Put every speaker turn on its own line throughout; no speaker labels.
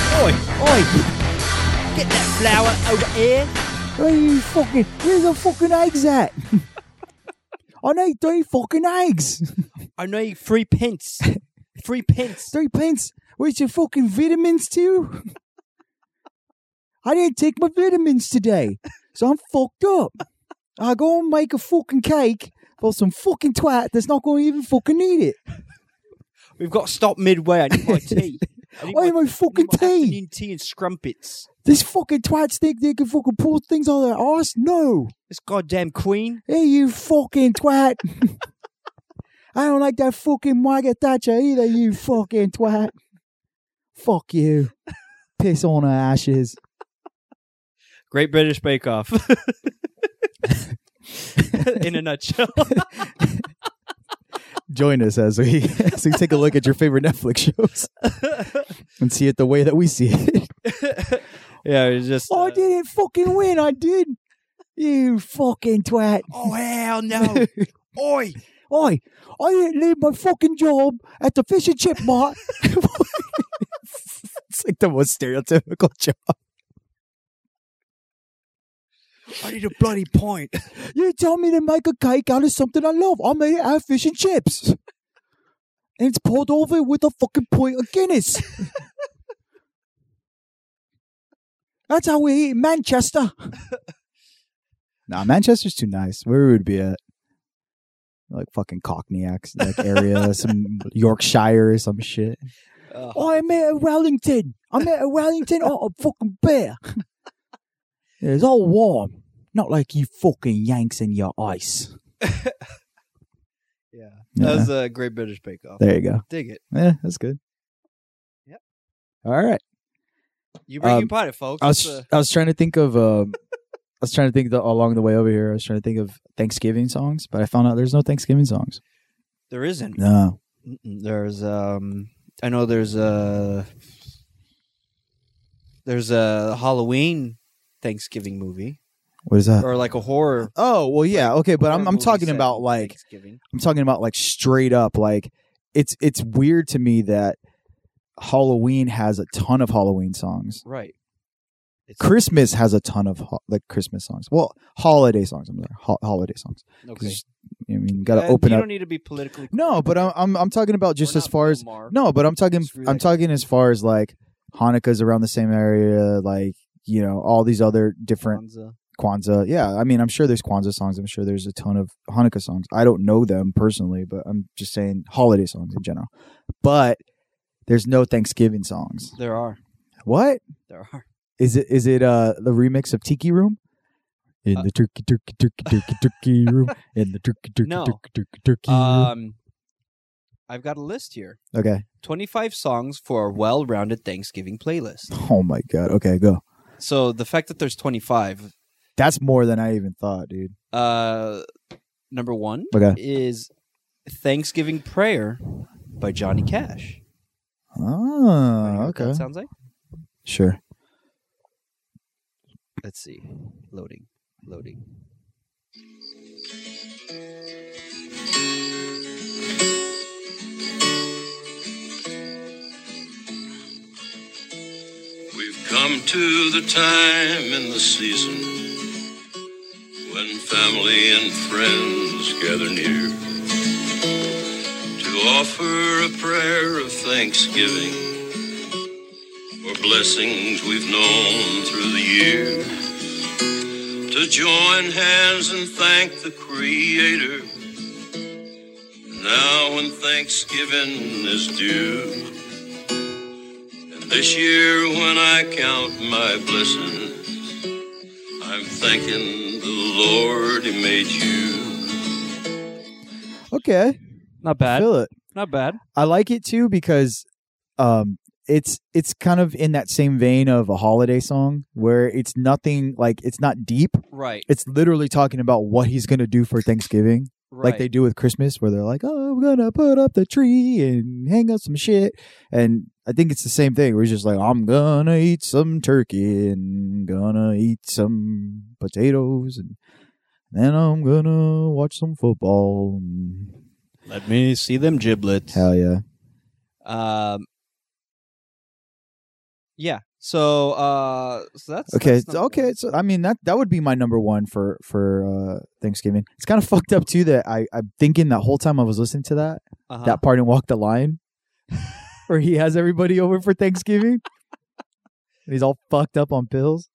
Oi! Get that flower over here.
Where you fucking? Where's the fucking eggs at? I need three fucking eggs.
I need three pence. Three pence.
Three pence. Where's your fucking vitamins too? I didn't take my vitamins today, so I'm fucked up. I go and make a fucking cake for some fucking twat that's not going to even fucking eat it.
We've got to stop midway. I need my tea. I need
I need my fucking
I need my
tea.
afternoon tea and scrumpets.
This fucking twats think they can fucking pull things out of their arse? No.
This goddamn queen.
Hey, you fucking twat. I don't like that fucking Margaret Thatcher either, you fucking twat. Fuck you. Piss on her ashes.
Great British Bake Off. In a nutshell.
Join us as we as we take a look at your favorite Netflix shows and see it the way that we see it.
yeah, it's just.
I
uh,
didn't fucking win. I did. You fucking twat.
Oh hell no! Oi!
Oi, I didn't leave my fucking job at the fish and chip mart. it's like the most stereotypical job.
I need a bloody point.
You tell me to make a cake out of something I love. I made it out of fish and chips. And it's poured over with a fucking pint of Guinness. That's how we eat in Manchester. nah, Manchester's too nice. Where would it be at? Like fucking Cockney accent, like area, some Yorkshire or some shit.
Uh,
Oh, I'm at Wellington. I'm at Wellington on a fucking beer. It's all warm. Not like you fucking Yanks in your ice.
yeah.
Yeah.
that was a Great British Bake Off.
There you go.
Dig it.
Yeah, that's good.
Yep.
All right.
You bring your
Um,
pot, folks.
I was
It's, uh,
I was trying to think of um I was trying to think the, along the way over here. I was trying to think of Thanksgiving songs, but I found out there's no Thanksgiving songs.
there isn't.
No.
Mm-mm. There's um. I know there's a. There's a Halloween Thanksgiving movie,
What is that?
or like a horror.
Oh well, yeah, okay, Uh. but
horror
I'm I'm
movie
talking
set
about
in
like
Thanksgiving.
I'm talking about like straight up like it's it's weird to me that Halloween has a ton of Halloween songs.
Right. It's
Christmas has a ton of ho- like Christmas songs. Well, holiday songs. I'm sorry, ho- holiday songs.
okay.
'Cause, I mean, got to
Uh,
open
you
up.
don't need to be politically.
No, but I'm, I'm I'm talking about just as far as no, but I'm talking
It's really
I'm
like-
talking as far as like Hanukkah's around the same area, like you know all these other different Kwanzaa. Yeah, I mean, I'm sure there's Kwanzaa songs. I'm sure there's a ton of Hanukkah songs. I don't know them personally, but I'm just saying holiday songs in general. But there's no Thanksgiving songs.
There are.
What
There are.
is it? Is it uh the remix of Tiki Room? In
Uh,
the turkey, turkey, turkey, turkey, turkey room. In the turkey, turkey,
No.
turkey, turkey, turkey room.
Um, I've got a list here.
Okay.
25 songs for a well-rounded Thanksgiving playlist.
Oh my god. Okay, go.
So the fact that there's 25,
That's more than I even thought, dude.
uh, number one
Okay.
is Thanksgiving Prayer by Johnny Cash. Wanna hear
Oh,
what
Ah, okay.
that sounds like.
Sure.
Let's see. Loading. Loading.
We've come to the time in the season when family and friends gather near to offer a prayer of thanksgiving for blessings we've known through the year. To join hands and thank the Creator. Now, when Thanksgiving is due. And this year, when I count my blessings, I'm thanking the Lord He made you.
Okay.
Not bad.
Feel it.
Not bad.
I like it too because um it's it's kind of in that same vein of a holiday song where it's nothing like it's not deep.
Right.
It's literally talking about what he's gonna do for Thanksgiving.
Right.
Like they do with Christmas where they're like, Oh, we're gonna put up the tree and hang up some shit and I think it's the same thing. We're just like, I'm gonna eat some turkey and gonna eat some potatoes and then I'm gonna watch some football. Mm, And
Let me see them giblets.
hell yeah.
Um, yeah, So, uh, so that's
Okay,
that's
so-
number
okay.
one.
So I mean that that would be my number one for for uh, Thanksgiving. It's kind of fucked up too that I I'm thinking that whole time I was listening to that
Uh-huh.
that part in Walk the Line, where he has everybody over for Thanksgiving. And He's all fucked up on pills.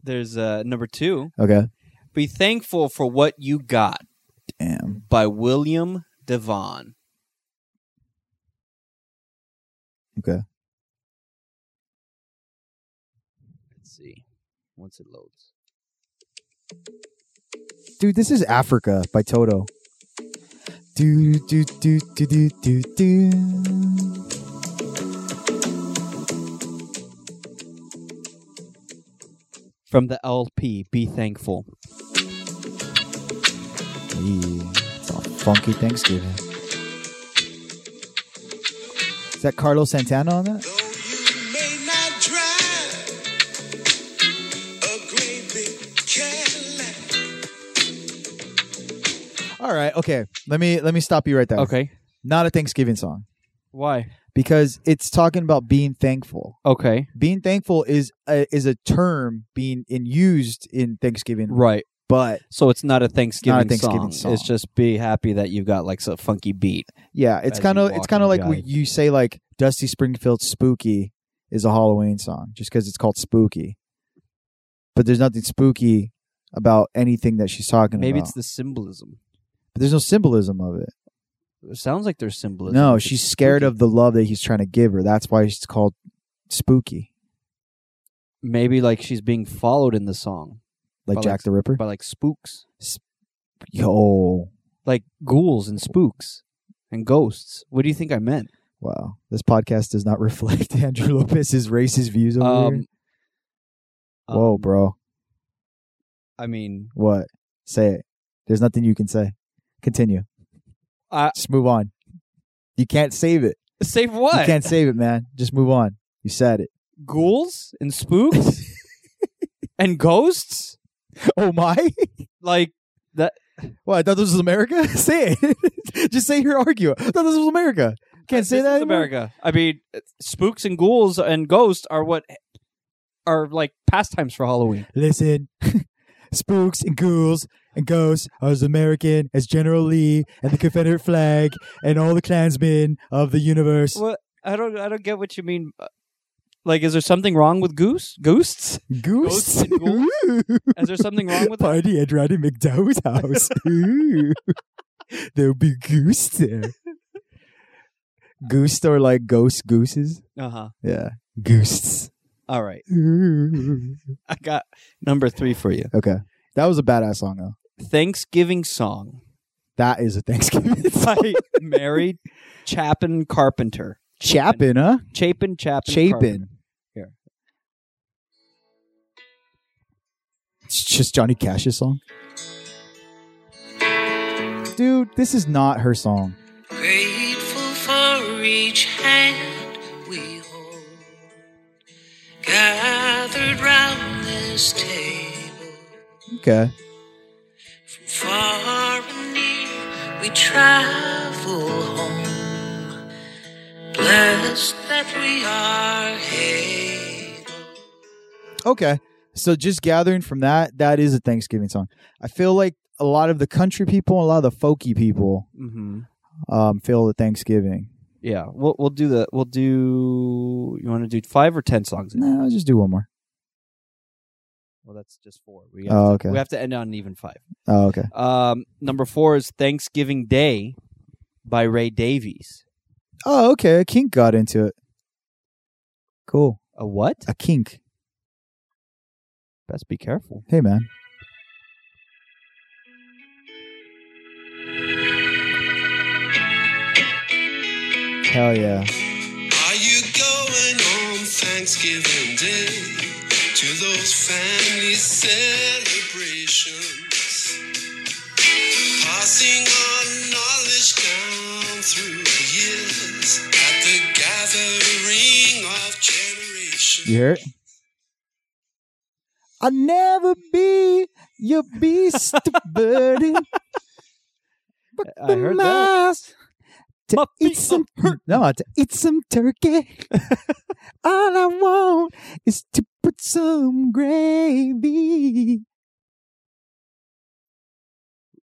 There's uh, number two.
Okay,
Be thankful for what you got
damn.
by William Devon.
Okay.
Let's see. Once it loads.
Dude, this is Africa by Toto. Do do do do do do do.
From the LP, Be Thankful.
Yeah, it's a funky Thanksgiving. Is that Carlos Santana on that?
Though you may not drive a great big Cadillac.
All right, okay. Let me let me stop you right there.
Okay.
Not a Thanksgiving song
Why?
because it's talking about being thankful.
Okay.
Being thankful is a, is a term being in used in Thanksgiving,
Right.
but
So it's not a Thanksgiving,
Thanksgiving
song. It's
song.
just be happy that you've got like a funky beat.
yeah, it's
As
kind
you
of it's
walk
kind
and
of like when
jive.
you say like Dusty Springfield "Spooky" is a Halloween song just because it's called "Spooky," but there's nothing spooky about anything that she's talking
Maybe
about.
it's the symbolism.
but there's no symbolism of it.
It sounds like there's symbolism.
No,
It's
she's scared
spooky.
of the love that he's trying to give her. That's why it's called "Spooky,"
maybe like she's being followed in the song But,
like
like,
Jack the Ripper.
by like spooks,
Yo,
like ghouls and spooks and ghosts. What do you think I meant?
Wow. This podcast does not reflect Andrew Lopez's racist views over here. Whoa,
um,
bro.
I mean,
What? Say it. There's nothing you can say. Continue.
I-
Just move on. You can't save it.
save what?
You can't save it, man. Just move on. You said it.
Ghouls and spooks and ghosts.
Oh my.
Like
What? I thought this was America? say it. Just say your argument. I thought this was America. Can't say
this
that.
is
anymore?
America. I mean, spooks and ghouls and ghosts are what are like pastimes for Halloween.
Listen. Spooks and ghouls and ghosts are as American as General Lee and the Confederate flag and all the Klansmen of the universe.
What? I don't. I don't get what you mean. uh, Like, is there something wrong with goose? Ghosts?
Goose.
Ghosts and ghouls? Is there something wrong with that?
Party at Roddy McDowell's house. Ooh. There'll be goose there. Goose are like ghost gooses.
Uh huh.
Yeah. Gooses.
All right.
Ooh.
I got number three for you.
Okay. That was a badass song though.
Thanksgiving song
That is a Thanksgiving song.
by Mary Chapin Carpenter.
Chapin, huh?
Chapin Chapin. Carpenter.
Chapin.
Here.
It's just Johnny Cash's song. Dude, this is not her song.
Grateful for each hand we hold, gathered round this table.
Okay.
From far and near, we travel home. Blessed that we are able.
Okay. So just gathering from that, that is a Thanksgiving song. I feel like a lot of the country people, a lot of the folky people
Mm-hmm.
um, feel the Thanksgiving.
Yeah, we'll we'll do the we'll do. You want to do five or ten songs?
No, I'll just do one more.
Well, that's just four. We have,
Oh,
to, we
okay.
have to end on an even five.
Oh, okay.
Um, number four is Thanksgiving Day by Ray Davies.
Oh, okay. A kink got into it. Cool.
A what?
A kink.
Best be careful.
Hey, man. Hell yeah.
Are you going on Thanksgiving Day to those family celebrations? Passing on knowledge down through the years at the gathering of generations.
You hear it? I'll never be your beast burden.
I heard that.
To
My
eat
feet
some
are hurt.
no, to eat some turkey All I want is to put some gravy.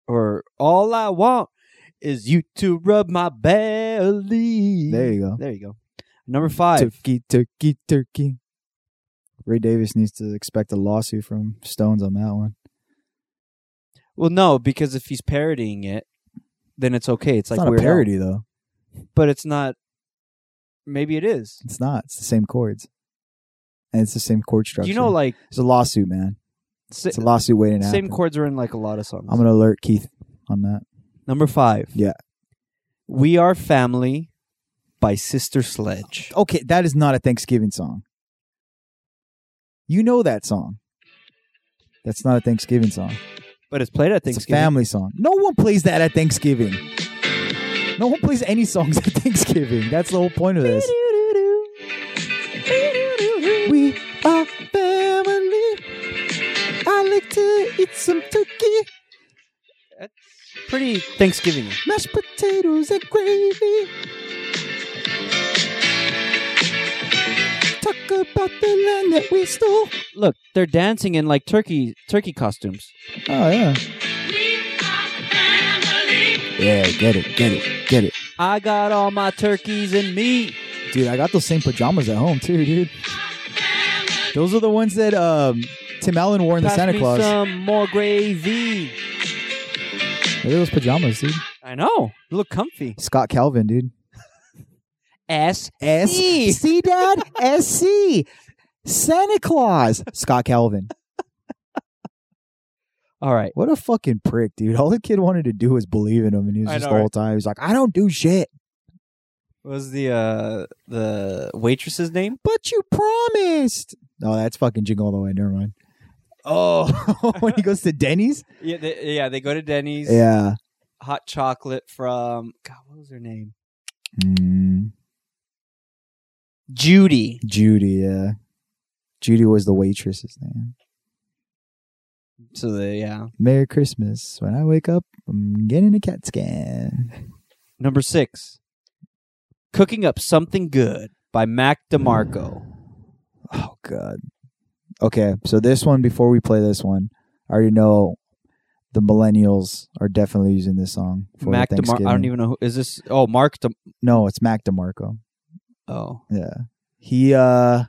Or all I want is you to rub my belly.
There you go.
There you go. Number five.
Turkey, turkey, turkey. Ray Davis needs to expect a lawsuit from Stones on that one.
Well, no, because if he's parodying it, then it's okay. It's,
It's
like
not a
Weird Al.
parody though.
but it's not. Maybe it is.
It's not. It's the same chords, and it's the same chord structure.
You know, like
it's a lawsuit, man.
sa-
It's a lawsuit waiting to
same
happen.
chords are in like a lot of songs.
I'm gonna alert Keith on that.
Number five.
Yeah.
We Are Family by Sister Sledge.
Okay, that is not a Thanksgiving song. You know that song. That's not a Thanksgiving song.
But it's played at
It's a
Thanksgiving.
family song. No one plays that at Thanksgiving. No one plays any songs at Thanksgiving. That's the whole point of this. We are family. I like to eat some turkey,
Pretty Thanksgiving.
mashed potatoes and gravy. Talk about the land that we stole.
Look, they're dancing in like turkey turkey costumes.
Oh yeah. Yeah, get it, get it, get it.
I got all my turkeys and meat.
Dude, I got those same pajamas at home too, dude. Those are the ones that um, Tim Allen wore in the
Pass
Santa
me
Claus.
Some more gravy.
Look at those pajamas, dude.
I know. Look comfy.
Scott Calvin, dude.
S
S
E.
C Dad S C Santa Claus. Scott Calvin.
All right.
What a fucking prick, dude. All the kid wanted to do was believe in him and he was
I
just
know,
the whole
right?
time. He was like, I don't do shit.
What was the uh the waitress's name?
But you promised. Oh, that's fucking jingle all the way. Never mind. Oh, when he goes to Denny's?
Yeah, they, yeah, they go to Denny's.
Yeah.
Hot chocolate from God, what was her name?
Mm,
Judy.
Judy, yeah. Judy was the waitress's name.
So the yeah.
Merry Christmas. When I wake up, I'm getting a CAT scan.
Number six. Cooking Up Something Good by Mac DeMarco.
Oh god. Okay, so this one before we play this one, I already know the millennials are definitely using this song for
Mac DeMarco.
Thanksgiving.
I don't even know who is this oh Mark De
No, it's Mac DeMarco.
oh.
Yeah. He uh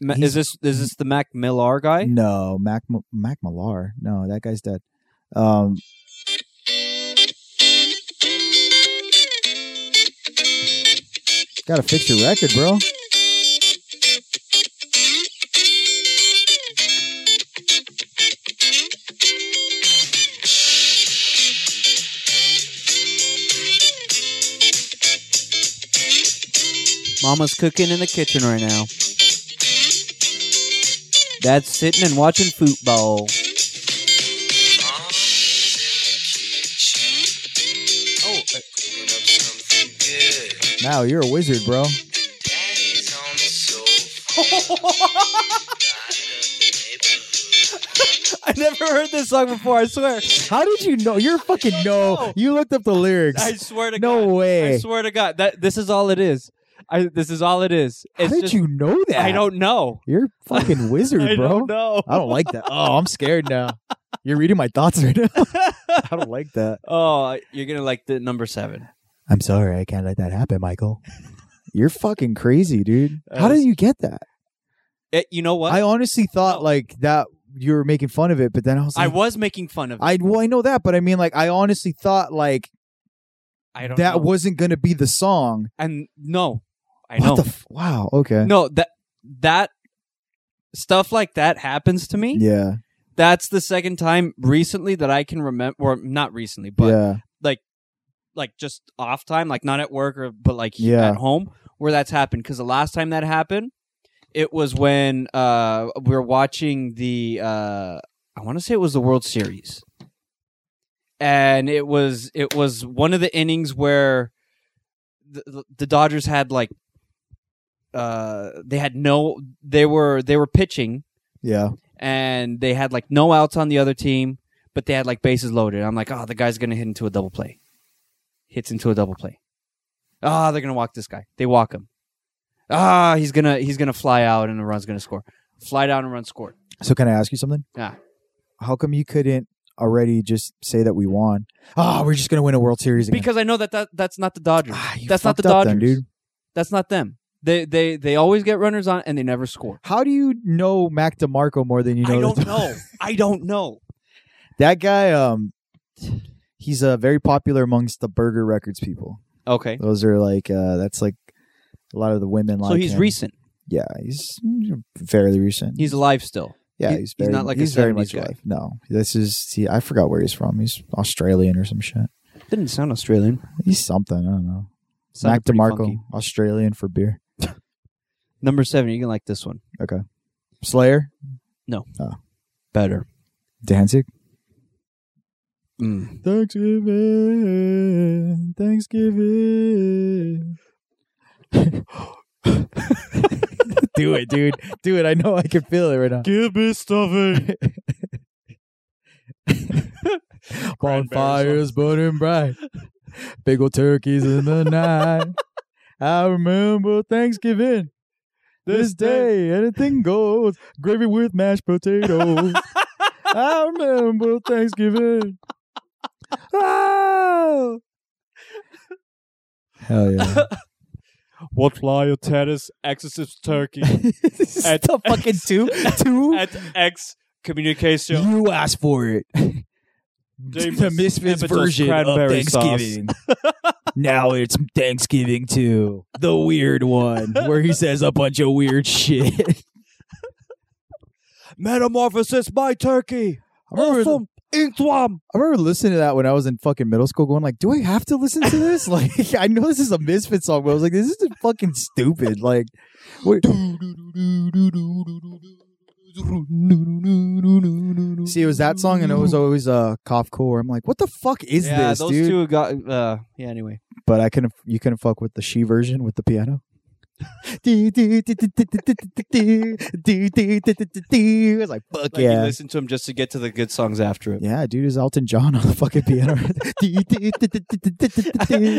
Ma-
He's-
is this is this the Mac Millar guy?
no, Mac M- Mac Millar. No, that guy's dead. Um Got to fix your record, bro.
Mama's cooking in the kitchen right now. Dad's sitting and watching football.
Oh, cooking up something good.
Now you're a wizard, bro.
Daddy's on the sofa.
I never heard this song before, I swear.
How did you know? You're fucking no.
know.
You looked up the lyrics.
I swear to
no
God. I
way.
swear to God, that this is all it is. I this is all it is.
How
It's
did
just,
you know that?
I don't know.
You're fucking wizard,
I
bro.
don't know.
I don't like that. Oh, I'm scared now. You're reading my thoughts right now. I don't like that.
oh, you're gonna like the number seven.
I'm sorry. I can't let that happen, Michael. You're fucking crazy, dude.
That
How
was-
did you get that?
Eh, you know what?
I honestly thought
No.
like that you were making fun of it, but then I was
I
like,
was making fun of. It.
I well, I know that, but I mean, like, I honestly thought like
I don't.
that
know.
wasn't gonna be the song.
and no, I
what
know.
the? F- wow. Okay.
no, that that stuff like that happens to me.
Yeah.
That's the second time recently that I can remember, or not recently, but
yeah.
like just off time, like not at work or but like
Yeah.
at home where that's happened. Because the last time that happened, it was when uh we were watching the uh I want to say it was the World Series, and it was it was one of the innings where the, the Dodgers had like uh they had no they were they were pitching
Yeah.
and they had like no outs on the other team, but they had like bases loaded. I'm like, oh, the guy's gonna hit into a double play. Hits into a double play. Ah, they're gonna walk this guy. They walk him. ah, he's gonna he's gonna fly out and the run's gonna score. Fly down and run scored.
So can I ask you something?
Yeah.
How come you couldn't already just say that we won? Oh, we're just gonna win a World Series again.
Because I know that, that that's not the Dodgers.
Ah, you
That's not the
fucked up
Dodgers,
then, dude.
That's not them. They they they always get runners on and they never score.
How do you know Mac DeMarco more than you know?
I
the
don't
Dod-
know. I don't know.
that guy. Um, he's uh, very popular amongst the Burger Records people.
Okay.
Those are like uh, that's like a lot of the women.
So
like
he's
him.
recent.
Yeah, he's fairly recent.
He's alive still.
yeah,
he-
he's
he's
very,
not like a
he's very
70s
much
guy.
alive. No, this is he. I forgot where he's from. He's Australian or some shit.
Didn't sound Australian.
He's something. I don't know.
Sounded
Mac
pretty
DeMarco,
funky.
Australian for beer.
Number seven. You can like this one
Slayer,
better.
Danzig.
Mm.
Thanksgiving, Thanksgiving. Do it, dude. Do it. I know I can feel it right now.
Give me stuffing.
Bonfires burning bright, big old turkeys in the night. I remember Thanksgiving. This day, anything goes. Gravy with mashed potatoes. I remember Thanksgiving. Ah! Hell yeah.
What fly your tennis exorcist turkey
this is
At-
the fucking two. Two?
X communication?
You asked for it. the
Davis
Misfits
Emmett's
version of
cranberry sauce.
Thanksgiving. now it's Thanksgiving too. The weird one where he says a bunch of weird shit.
Metamorphosis, my turkey.
I remember,
Intwam.
I remember listening to that when I was in fucking middle school, going like, "Do I have to listen to this?" Like, I know this is a Misfit song, but I was like, "This is fucking stupid." Like, what- see, it was that song, and it was always uh, cough core. I'm like, "What the fuck is
yeah,
this,
those
dude?"
two got. Uh, yeah. Anyway,
but I couldn't. You couldn't fuck with the she version with the piano. I was like, fuck
like you
yeah.
listen to him just to get to the good songs after it.
Yeah, dude is Elton John on the fucking piano.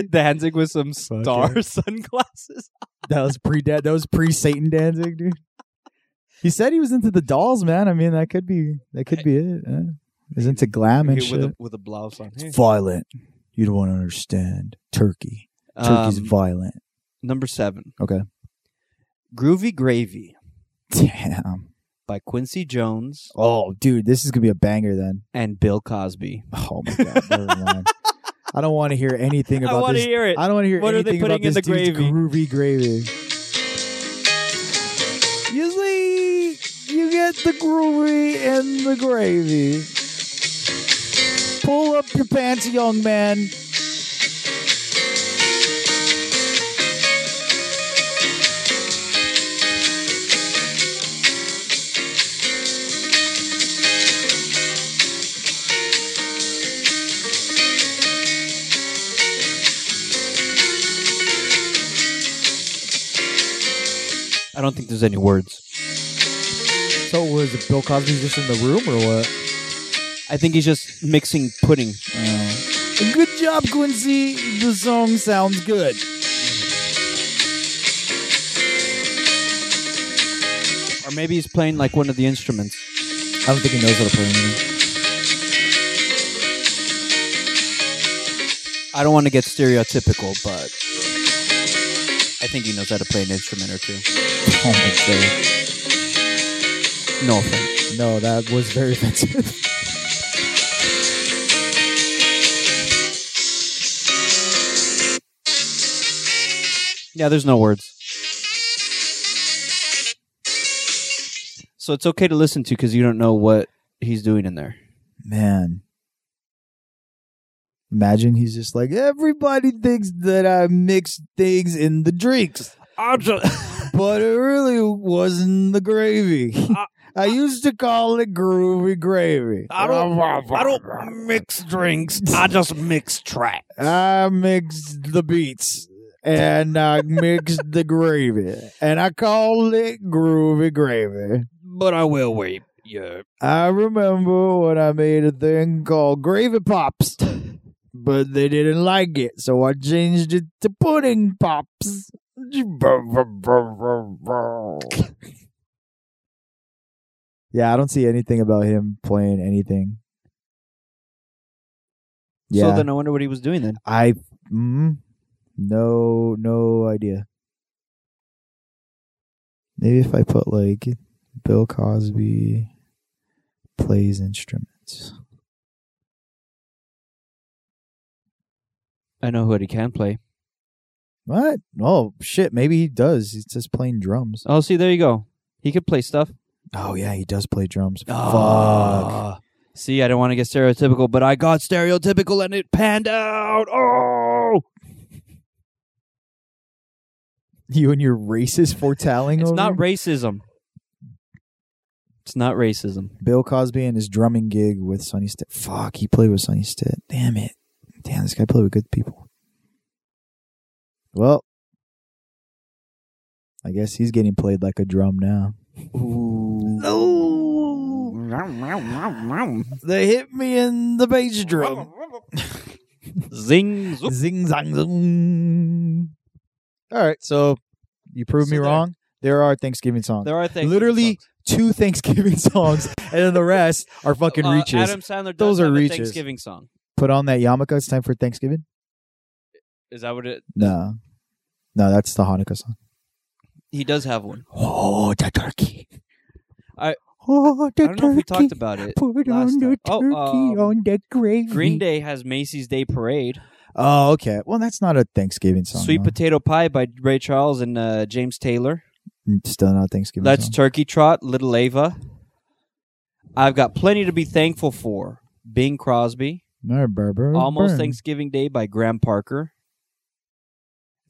Danzig with some
Fuck
star
yeah.
sunglasses.
that was pre dad. That was pre Satan dancing, dude. He said he was into the dolls, man. I mean, that could be that could be it. Yeah. He's into glam and
Here with a
shit.
with a blouse on. Hey.
It's violent. You don't want to understand. Turkey. Turkey's
Um,
violent.
number seven.
Okay.
Groovy Gravy
Damn.
by Quincy Jones
Oh, dude, this is gonna be a banger then.
and Bill Cosby.
Oh my god, never mind. I don't want to hear anything
I
about
want to
this.
hear it.
I don't want to hear
What are they
anything about
putting in
this
the
dude's groovy gravy. Usually, you get the groovy and the gravy. Pull up your pants, young man.
I don't think there's any words.
So was Bill Cosby just in the room or what?
I think he's just mixing pudding.
Oh. Good job, Quincy. The song sounds good.
Or maybe he's playing like one of the instruments.
I don't think he knows how to play music.
I don't want to get stereotypical, but I think he knows how to play an instrument or two.
Oh my god.
No offense.
No, that was very offensive.
Yeah, there's no words. So it's okay to listen to because you don't know what he's doing in there.
Man. Imagine he's just like, everybody thinks that I mixed things in the drinks,
I'm just,
but it really wasn't the gravy. I used to call it groovy gravy.
I don't, I don't mix drinks. I just mix tracks.
I mixed the beats and I mixed the gravy and I called it groovy gravy.
But I will wait. Yeah.
I remember when I made a thing called Gravy Pops, but they didn't like it, so I changed it to Pudding Pops. Yeah, I don't see anything about him playing anything. Yeah,
So then I wonder what he was doing then.
I mm, no no idea. Maybe if I put like Bill Cosby plays instruments.
I know what he can play.
What? Oh shit! Maybe he does. He's just playing drums.
Oh, see, there you go. He could play stuff.
Oh yeah, he does play drums. Fuck.
Ah. See, I don't want to get stereotypical, but I got stereotypical and it panned out. Oh,
You and your racist foretelling.
it's
over
not
here?
racism. It's not racism.
Bill Cosby and his drumming gig with Sonny Stitt. Fuck, he played with Sonny Stitt. Damn it. Damn, this guy played with good people. Well, I guess he's getting played like a drum now.
No.
They hit me in the bass drum.
Zing. zoop.
Zing, zang, zing. All right, so you proved
So
me
there-
wrong. There are Thanksgiving songs.
There are things.
Literally two Thanksgiving songs, and then the rest are fucking
Uh,
reaches.
Adam Sandler. Does
Those are
have a
reaches.
Thanksgiving song.
Put on that yarmulke. It's time for Thanksgiving.
Is that what it?
No, no, that's the Hanukkah song.
He does have one.
Oh, the turkey.
I-
oh, the
I don't know if we talked about it.
Put
last
on the
time. Oh, um,
turkey on the gravy.
Green Day has Macy's Day Parade.
Oh, okay. Well, that's not a Thanksgiving song.
Sweet
huh?
Potato Pie by Ray Charles and uh, James Taylor.
It's Mm, Still not a Thanksgiving
That's
song.
Turkey Trot, Little Ava. I've got plenty to be thankful for. Bing Crosby,
Mer- bur- bur-
Almost
burn.
Thanksgiving Day by Graham Parker.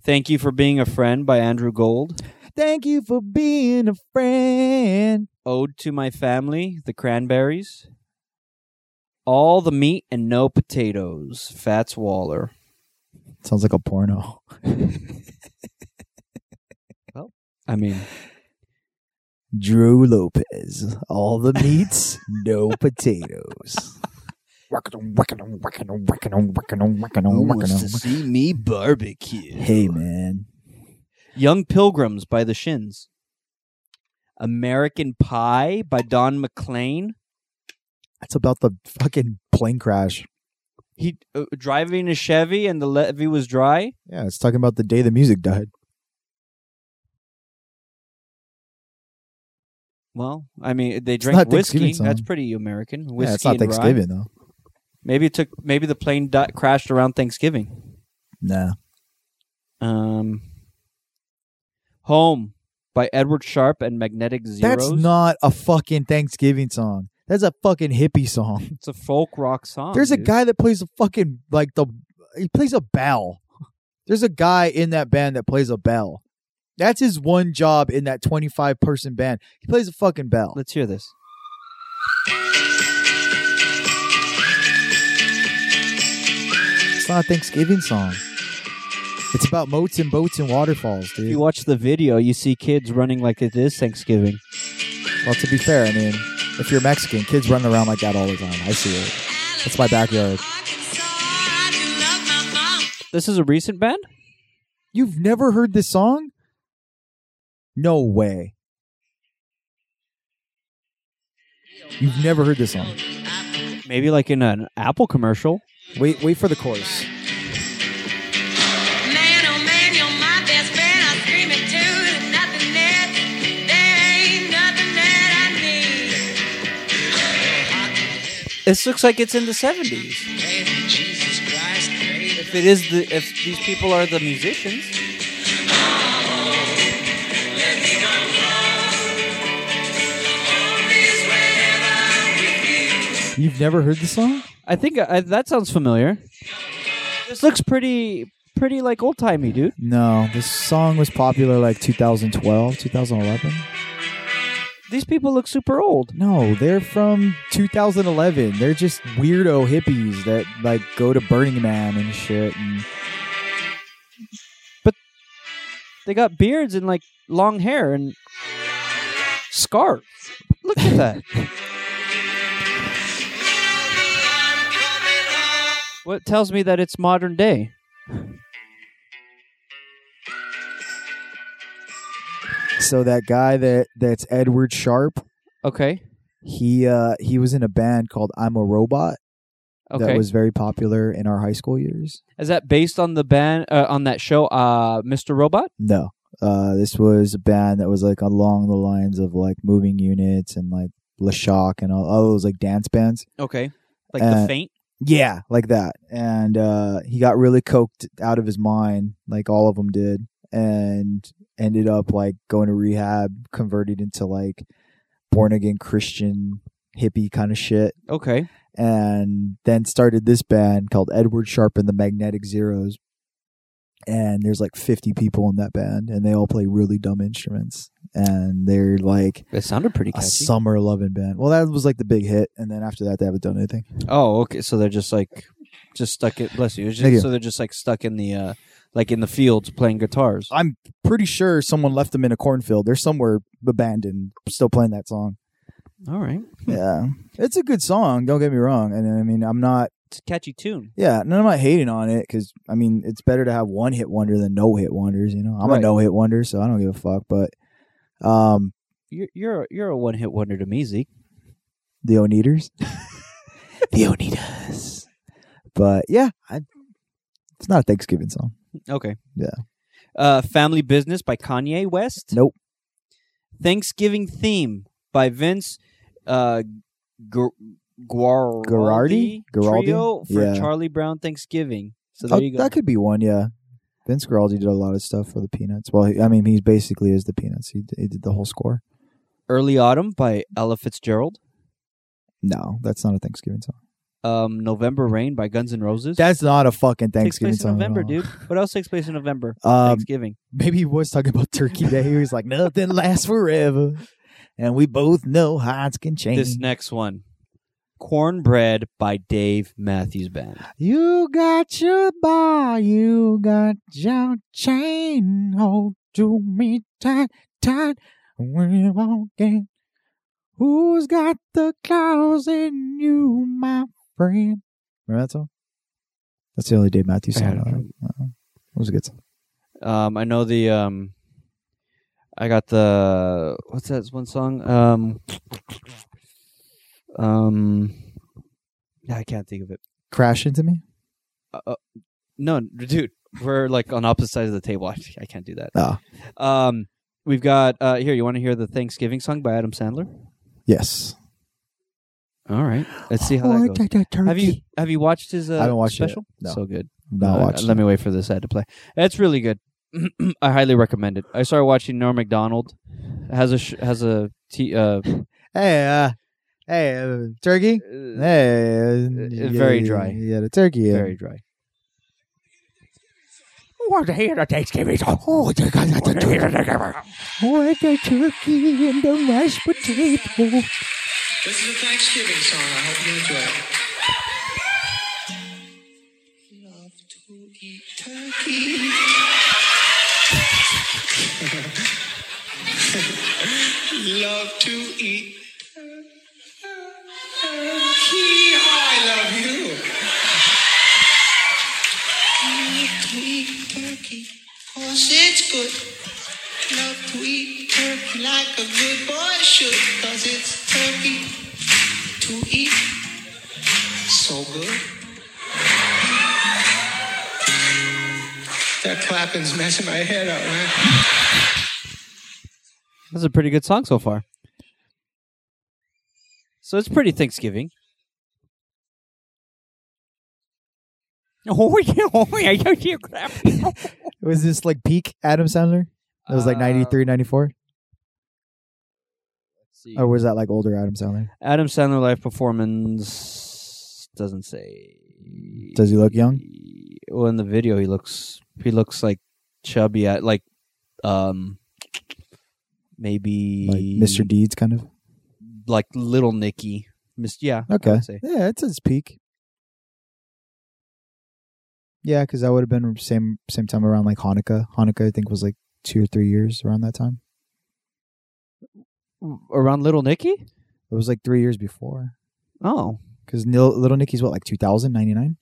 Thank You for Being a Friend by Andrew Gold.
Thank you for being a friend.
Ode to My Family, The Cranberries. All the Meat and No Potatoes, Fats Waller.
Sounds like a porno.
I mean,
Drew Lopez. All the meats, no potatoes.
see me barbecue?
Oh, Hey, man.
Young Pilgrims by The Shins. American Pie by Don McLean.
That's about the fucking plane crash.
He uh, driving a Chevy and the levee was dry.
Yeah, it's talking about the day the music died.
Well, I mean, they
not
drank whiskey.
Thanksgiving song.
That's pretty American. Whiskey
yeah, it's not
and rye.
Thanksgiving, though.
Maybe it took. Maybe the plane di- crashed around Thanksgiving.
Nah.
Um, Home by Edward Sharp and Magnetic Zeros.
That's not a fucking Thanksgiving song. That's a fucking hippie song.
It's a folk rock song.
There's a
dude.
guy that plays a fucking like the he plays a bell. There's a guy in that band that plays a bell. That's his one job in that 25 person band. He plays a fucking bell.
Let's hear this.
It's not a Thanksgiving song. It's about moats and boats and waterfalls,
If you
dude.
watch the video, you see kids running like it is Thanksgiving.
Well, to be fair, I mean, if you're Mexican, kids running around like that all the time. I see it. That's my backyard.
This is a recent band.
You've never heard this song? No way. You've never heard this song.
Maybe like in an Apple commercial.
Wait, wait for the chorus.
Man, oh man, you're my best friend. I scream it too. There's nothing that there ain't nothing that I need.
This looks like it's in the seventies.
Jesus Christ, baby.
If it is the if these people are the musicians,
You've never heard this song?
I think I, that sounds familiar. This looks pretty pretty like old timey, dude.
No, this song was popular like 2012, 2011.
These people look super old.
No, they're from 2011. They're just weirdo hippies that like go to Burning Man and shit. And
They got beards and like long hair and scarves. Look at that. what tells me that it's modern day?
so that guy that that's Edward Sharp,
Okay.
He uh he was in a band called I'm a Robot
Okay.
that was very popular in our high school years.
Is that based on the band uh, on that show, uh, Mr. Robot?
No. Uh this was a band that was like along the lines of like moving units and like Le Shock and all, all those like dance bands.
Okay, like the
Uh,
faint.
Yeah, like that. And uh he got really coked out of his mind, like all of them did, and ended up like going to rehab, converted into like born again Christian hippie kind of shit.
Okay,
and then started this band called Edward Sharp and the Magnetic Zeros. And there's like 50 people in that band, and they all play really dumb instruments. And they're like
it sounded pretty
a
catchy.
summer loving band. Well, that was like the big hit, and then after that, they haven't done anything.
oh, okay. So they're just like, just stuck it. Bless you. It's Just,
Thank you.
so they're just like stuck in the, uh, like in the fields playing guitars.
I'm pretty sure someone left them in a cornfield. They're somewhere abandoned, still playing that song.
All right,
Yeah, it's a good song. Don't get me wrong. And I mean, I'm not
it's a catchy tune.
Yeah, and I'm not hating on it because I mean it's better to have one hit wonder than no hit wonders. You know, I'm
Right.
a no hit wonder, so I don't give a fuck. But um,
You're you're you're a one hit wonder to me, Zeke.
the Oneaters, the Oneaters. But yeah, I, it's not a Thanksgiving song.
Okay.
Yeah.
Uh, Family Business by Kanye West.
Nope.
Thanksgiving Theme by Vince uh, Gu- Guar-
Guaraldi? Guaraldi?
Trio for
Yeah.
Charlie Brown Thanksgiving. So there
Oh,
you go.
that could be one. Yeah, Vince Guaraldi did a lot of stuff for the Peanuts. Well, he, I mean, he basically is the Peanuts. He, d- he did the whole score.
Early Autumn by Ella Fitzgerald.
No, that's not a Thanksgiving song.
Um, November Rain by Guns N' Roses.
That's not a fucking
takes
Thanksgiving
place in
song. at
November,
all.
dude. What else takes place in November?
Um,
Thanksgiving.
maybe he was talking about Turkey Day. He was like, nothing lasts forever. And we both know hearts can change.
This next one. Cornbread by Dave Matthews Band.
you got your bar, you got your chain. Hold to me tight, tight. We're walking. Who's got the claws in you, my friend? Remember that song? That's the only Dave Matthews
I
song. I
don't
like. Uh-uh. It was a good song.
Um, I know the um, I got the what's that one song? Um, um, yeah, I can't think of it.
Crash into me.
Uh, uh, no, dude, we're like on opposite sides of the table. I, I can't do that.
Ah.
Um, we've got uh, here. You want to hear the Thanksgiving song by Adam Sandler?
Yes.
All right, let's see how
Oh, I
that goes.
like that turkey.
Have you have you watched his? Uh,
I haven't watched it.
special.
No.
So good.
not
Uh,
watched?
Let me wait for this ad to play. It's really good. I highly recommend it. I started watching Norm Macdonald. Has a sh- has a t- uh,
Hey, uh, hey, uh, turkey. Hey, uh,
uh, very dry.
Yeah, the turkey. uh,
very dry.
Want to hear the Thanksgiving song? Oh, they got the turkey. Want the turkey and the mashed potato.
This is a Thanksgiving song. I hope you enjoy it. Love to eat turkey. love to eat turkey. I love you. Love to eat turkey. Cause it's good. Love to eat turkey like a good boy should. Cause it's turkey to eat. So good. That clapping's messing my head up, man.
That's a pretty good song so far. So it's pretty Thanksgiving. Oh yeah, oh yeah, yeah, yeah, crap.
Was this like peak Adam Sandler? That was like
Uh,
93, 94?
let's see.
Or was that like older Adam Sandler?
Adam Sandler live performance doesn't say.
Does he look young?
Well, in the video, he looks he looks like chubby, at like um maybe
Like Mr. Deeds kind of?
like Little Nicky. Mis- yeah, I
Okay.
would say.
Yeah, it's his peak. Yeah, because that would have been same same time around like Hanukkah. Hanukkah, I think, was like two or three years around that time.
around Little Nicky.
It was like three years before.
Oh,
because Little Nicky's what like 2099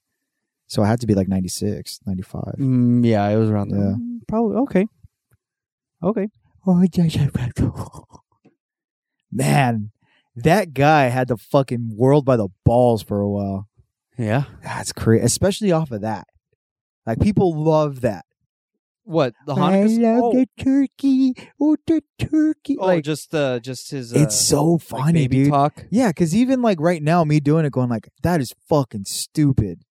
so it had to be like 96 95
Mm, yeah, it was around.
Yeah.
there. probably okay.
Oh,
Okay,
man That guy had the fucking world by the balls for a while.
Yeah.
That's crazy, especially off of that. Like people love that.
What the
I
Hanukkah?
love
Oh,
the turkey. Oh, the turkey.
oh,
like
just uh, just his. Uh,
it's so
like,
funny,
baby
dude.
talk.
Yeah, because even like right now, me doing it, going like that is fucking stupid.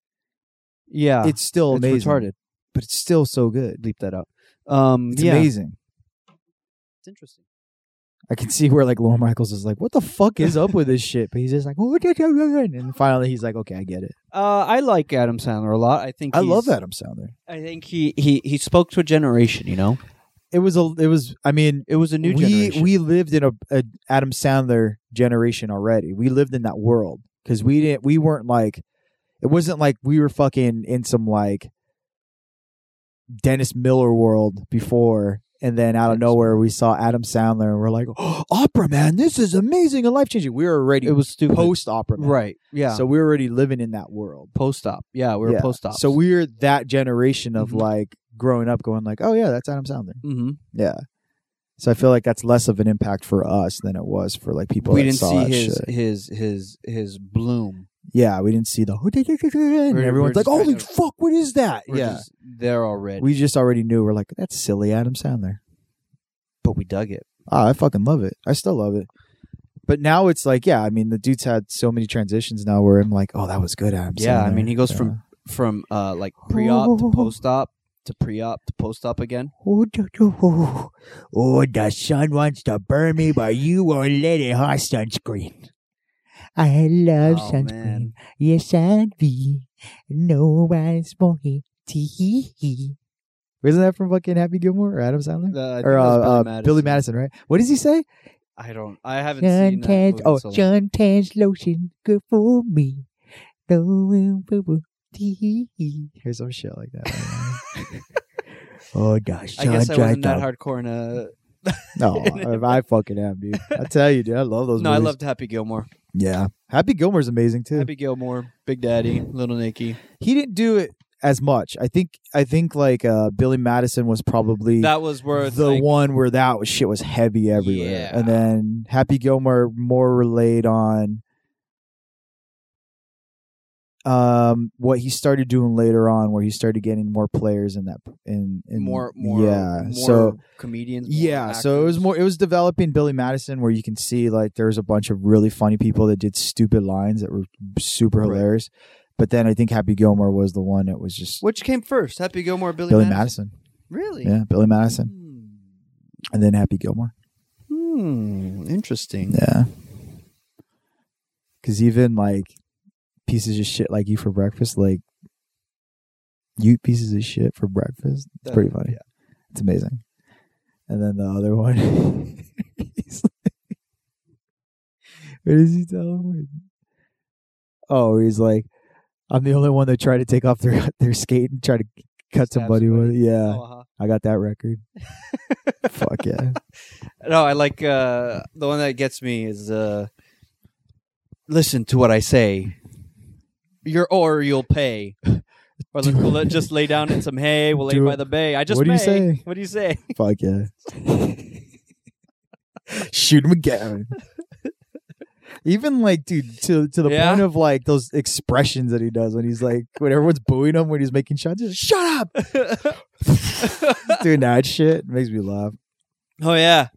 Yeah,
it's still
Ah, it's
amazing,
retarded.
but it's still so good.
Leap that out. Um,
It's
yeah,
amazing.
it's interesting.
I can see where like Lauren Michaels is like, "What the fuck is up with this shit?" But he's just like, "Oh, and finally he's like, "Okay, I get it.
Uh, I like Adam Sandler a lot. I think
I love
he's-
Adam Sandler."
I think he he he spoke to a generation. You know,
It was a, it was. I mean,
it was a new
we
generation.
we lived in a, a Adam Sandler generation already. We lived in that world because we didn't. We weren't like, it wasn't like we were fucking in some like Dennis Miller world before, and then out of
Dennis
nowhere we saw Adam Sandler, and we're like, oh, opera man, this is amazing and life changing. We were already
it was stupid.
post opera man,
right? Yeah.
So we were already living in that world.
post op. Yeah, we were
Yeah.
post op.
So we were that generation of
Mhm.
like growing up, going like, oh yeah, that's Adam Sandler.
hmm
Yeah. So I feel like that's less of an impact for us than it was for like people
we
that
didn't
saw
see
that
his
shit.
his his his bloom.
Yeah, we didn't see the and
We're-
everyone's
we're just
like, "Holy
kind of-
fuck, what is that?"
We're
yeah.
just there already.
we just already knew. We're like, "That's silly Adam Sandler."
but we dug it.
Ah, I fucking love it. I still love it. But now it's like, yeah, I mean, the dude's had so many transitions now where I'm like, "Oh, that was good Adam
Yeah, I
Sandler."
mean, he goes
Yeah.
from from uh like pre op to post op to pre op to post op again.
Oh, do- do- oh, oh, the sun wants to burn me, but you won't let it. Hot sunscreen. I love
Oh,
sunscreen.
man.
Yes, I do. No one's for it. Tee-hee-hee. Isn't that from fucking Happy Gilmore or Adam Sandler?
Uh, I think
or
that was
uh, uh, Billy Madison, right? What does he say?
I don't. I haven't seen
Sun
that.
tans.
movie
Oh,
so long.
sun tans lotion, good for me. No boo Here's some shit like that. I don't know. oh, the
I
sun
guess I
dried
wasn't that
up.
hardcore in a.
No, I, I fucking am, dude. I tell you, dude, I love those.
No, I
movies.
loved Happy Gilmore.
Yeah, Happy Gilmore's amazing too.
Happy Gilmore, Big Daddy, Little Nicky.
He didn't do it as much. I think. I think like uh, Billy Madison was probably
That was where it's
the
like,
one where that was, shit was heavy everywhere,
Yeah.
and then Happy Gilmore more relayed on um what he started doing later on, where he started getting more players in that in, in
more more
yeah
more
so
comedians. more
Yeah, so it was
actors.
more it was developing Billy Madison where you can see like there was a bunch of really funny people that did stupid lines that were super
Right.
hilarious. But then I think Happy Gilmore was the one that was just
Which came first, Happy Gilmore, or Billy,
Billy
Madison?
Madison.
Really?
Yeah, Billy Madison.
Hmm.
And then Happy Gilmore.
Hmm, Interesting.
Yeah. Cause even like pieces of shit like you for breakfast, like you pieces of shit for breakfast. It's
That-
pretty funny.
yeah.
It's amazing. And then the other one, he's like- what is he telling me? Oh, he's like, I'm the only one that tried to take off their their skate and try to cut
Stab
somebody with it.
somebody.
Yeah,
Oh, uh-huh.
I got that record. Fuck yeah.
No, I like uh, the one that gets me is uh, listen to what I say. You're or you'll pay. Or let, we'll let- just lay down in some hay. We'll lay
Do-
by the bay. I just
what do you
may.
say?
What do you say?
Fuck yeah. Shoot him again. Even like, dude, to to the
Yeah?
point of like those expressions that he does when he's like when everyone's booing him when he's making shots, he's
Shut
like,
up.
doing that shit It makes me laugh.
oh yeah,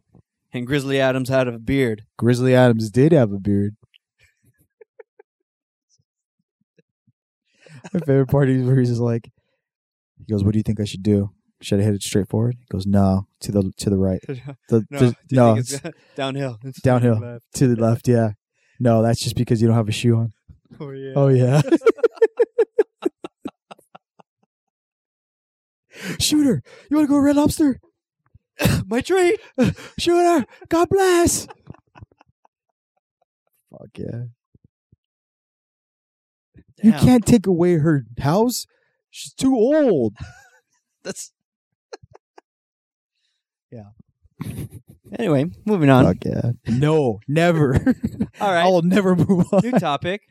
and Grizzly Adams had a beard.
Grizzly Adams did have a beard. My favorite part is where he's just like, he goes, "What do you think I should do? Should I hit it straight forward?" He goes, "No, to the to the right, the,
No,
the-
do you
no,
think it's
it's
go- downhill. It's
downhill.
left.
to the left." Yeah, no, that's just because you don't have a shoe on.
Oh yeah.
Oh yeah. Shooter, you want to go Red Lobster?
My tree.
Shooter, God bless. Fuck yeah! You
Damn,
can't take away her house. She's too old.
That's. yeah. Anyway, moving on.
Fuck yeah! No, never.
All right.
I will never move on.
New topic.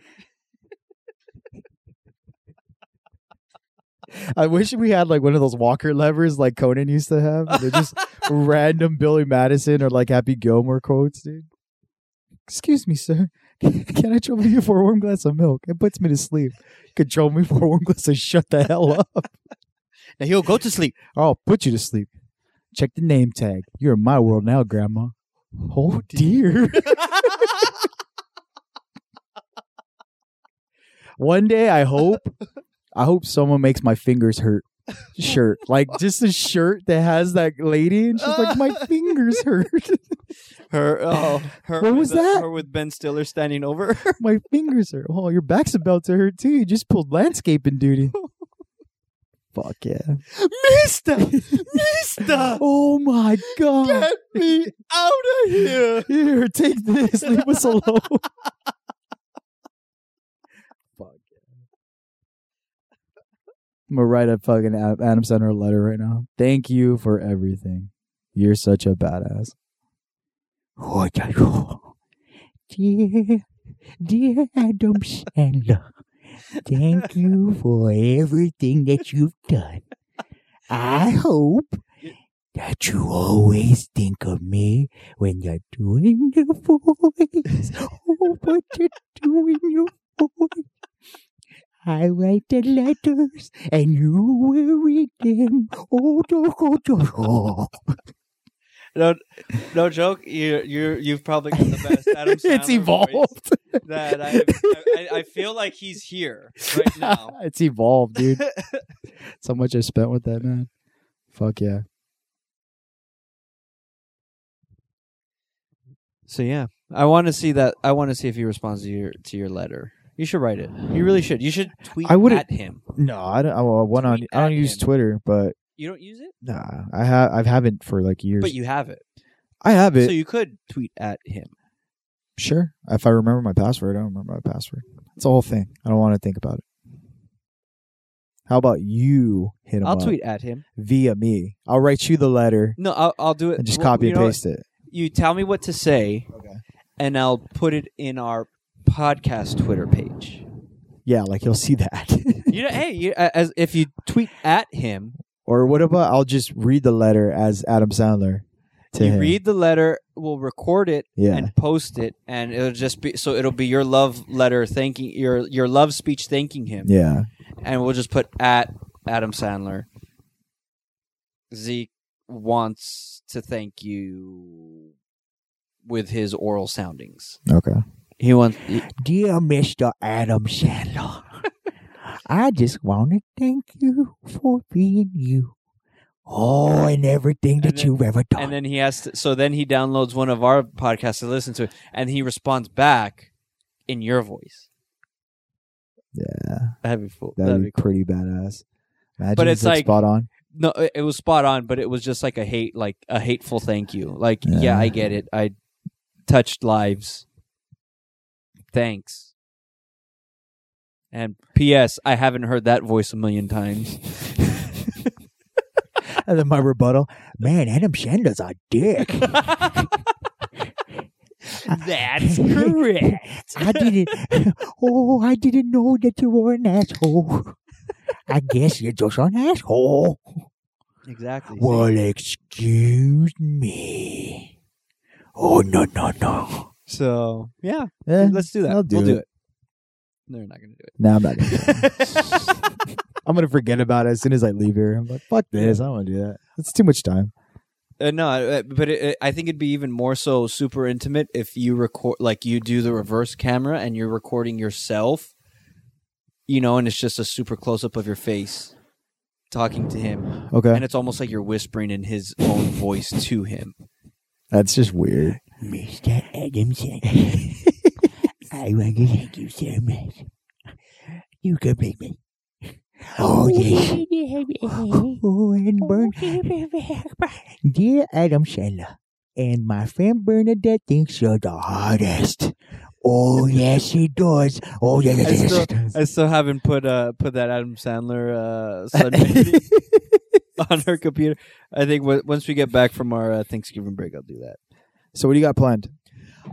I wish we had like one of those Walker levers like Conan used to have. They're just random Billy Madison or like Happy Gilmore quotes, dude. Excuse me, sir. Can I trouble you for a warm glass of milk? It puts me to sleep. Could trouble me for a warm glass of shut the hell up.
Now he'll go to sleep.
I'll put you to sleep. Check the name tag. You're in my world now, Grandma. Oh dear. One day I hope I hope someone makes my fingers hurt shirt. Like just a shirt that has that lady and she's like, My fingers hurt.
Her, oh, her.
What was
with,
that?
Her with Ben Stiller standing over. her.
My fingers hurt. Oh, your back's about to hurt too. You just pulled landscaping duty. Fuck yeah.
Mister, Mister,
Oh my god.
get me out of here.
Here, take this. Leave us alone. Fuck. I'm gonna write a fucking Ad- Adam Sandler letter right now. Thank you for everything. You're such a badass. Oh, yeah, oh. Dear, dear Adam Sandler, thank you for everything that you've done. I hope that you always think of me when you're doing the voice. Oh, but you're doing your voice. I write the letters and you will read them. Oh, do, oh, do, oh.
No, no joke. You, you, you've probably got the best Adam Sandler
it's evolved.
voice That I, I, I feel like he's here right now.
it's evolved, dude. That's how much I spent with that man. Fuck yeah.
So yeah, I want to see that. I want to see if he responds to your to your letter. You should write it. You really should. You should tweet
I wouldn't-
at him.
No, I don't. I, well, one on,
Tweet
I don't
at
use
him.
Twitter, but
You don't use it,
nah, I have I haven't for like years.
but you have it,
I have it.
so you could tweet at him.
Sure. If I remember my password, I don't remember my password. It's the whole thing. I don't want to think about it. How about you hit him
I'll
up
tweet at him.
via me? I'll write you the letter
No, I'll, I'll do it.
and just
Well,
copy
you
and
know what?
paste it.
You tell me what to say,
Okay.
and I'll put it in our podcast Twitter page.
Yeah, like you'll see that.
You know, hey, you, as if you tweet at him,
or what about I'll just read the letter as Adam Sandler to
you
him.
read the letter, we'll record it
Yeah.
and post it, and it'll just be so it'll be your love letter thanking your your love speech thanking him.
yeah.
and we'll just put at Adam Sandler. Zeke wants to thank you with his oral soundings.
Okay.
He wants.
Dear Mr. Adam Sandler, I just want to thank you for being you. Oh, and everything
that then- you've
ever
And then he has to. So then he downloads one of our podcasts to listen to it, and he responds back in your voice.
yeah.
That'd be cool.
That'd, be,
cool.
pretty badass. Imagine
But
if
it's like-
spot on.
No, it- it was spot on, but it was just like a hate, like a hateful thank you. Like, yeah,
Yeah.
I get it. I touched lives. Thanks. And P.S. I haven't heard that voice a million times.
And then my rebuttal, man, Adam Sandler's a dick.
That's correct.
I didn't. Oh, I didn't know that you were an asshole. I guess you're just an asshole.
Exactly.
Well, excuse me. Oh no no no.
So yeah,
Eh,
let's do that.
I'll do
we'll do
it.
it. No, you're not gonna do it.
No, I'm not. Gonna do it. I'm gonna forget about it as soon as I leave here. I'm like, fuck this. I don't want to do that. It's too much time.
Uh, no, uh, but it, it, I think it'd be even more so super intimate if you record, like you do the reverse camera and you're recording yourself, you know, and it's just a super close up of your face talking to him.
Okay,
And it's almost like you're whispering in his own voice to him.
that's just weird.
Mr. Adamson, I want to thank you so much. You can make me. Oh, yes. Oh, and Bern. Dear Adam Sandler, and my friend Bernadette thinks you're the hardest. Oh, yes, she does. Oh, yes, yes, yes, she does.
I still haven't put uh put that Adam Sandler uh sunbathing on her computer. I think w- once we get back from our uh, Thanksgiving break, I'll do that.
So, what do you got planned?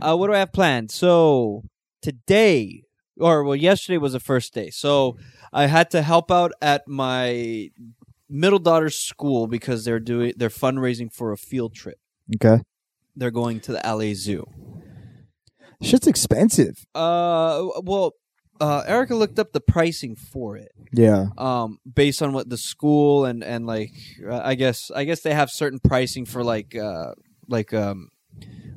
Uh, what do I have planned? So today, or well, yesterday was the first day. So I had to help out at my middle daughter's school because they're doing they're fundraising for a field trip.
Okay.
They're going to the LA Zoo.
Shit's expensive.
Uh, well, uh, Erica looked up the pricing for it.
Yeah.
um, based on what the school and and like uh, I guess I guess they have certain pricing for like uh, like um,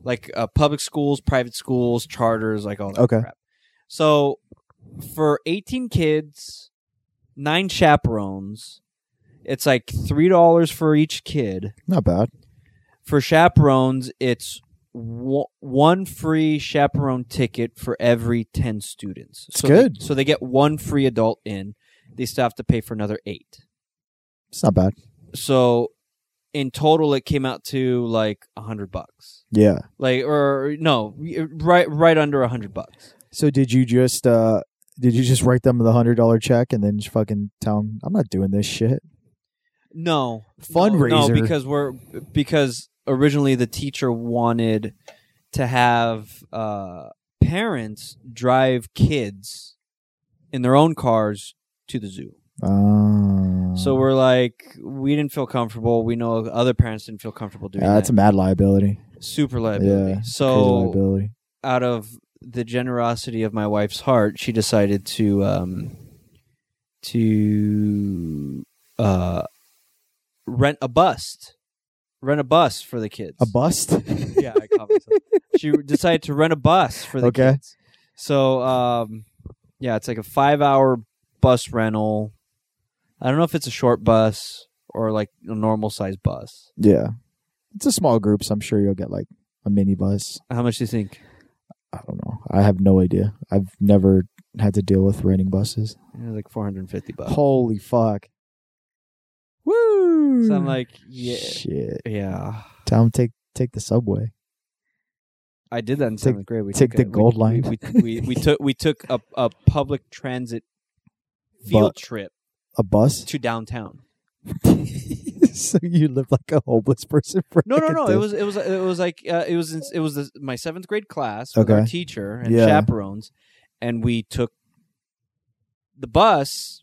like uh, public schools, private schools, charters, like all that
Okay.
crap. So for eighteen kids, nine chaperones, it's like three dollars for each kid.
Not bad.
For chaperones, it's wo- one free chaperone ticket for every 10 students.
It's
so they-
good.
so they get one free adult in. They still have to pay for another eight
It's not bad.
so in total it came out to like a hundred bucks
Yeah.
like or no right right under a hundred bucks
So did you just uh did you just write them the hundred dollar check and then just fucking tell them I'm not doing this shit?
no No, no,
Fundraiser.
because we're because originally the teacher wanted to have uh parents drive kids in their own cars to the zoo
Oh.
so we're like we didn't feel comfortable we know other parents didn't feel comfortable doing
yeah,
that
Ah. that's a mad liability.
super liability
Yeah, Crazy
so
liability.
out of the generosity of my wife's heart, she decided to um, to uh, rent a bust, rent a bus for the kids.
A bust?
yeah, I caught myself. she decided to rent a bus for the
Okay.
kids. So um, yeah, it's like a five-hour bus rental. I don't know if it's a short bus or like a normal size bus.
yeah. It's a small group, so I'm sure you'll get like a mini bus.
How much do you think?
I don't know. I have no idea. I've never had to deal with renting buses.
Yeah, like four hundred and fifty bucks.
Holy fuck. Woo!
So I'm like, yeah,
Shit.
yeah.
Tell 'em take take the subway.
I did that in
Take-
seventh grade. We
take
took
the
a- we-
gold line.
We, we, we, we took we took a, a public transit field
But-
trip
A bus?
to downtown.
so you live like a homeless person. for
No, no,
a
no.
day.
It was it was it was like uh, it was in, it was the, my seventh grade class with our
Okay.
teacher and
Yeah.
chaperones, and we took the bus,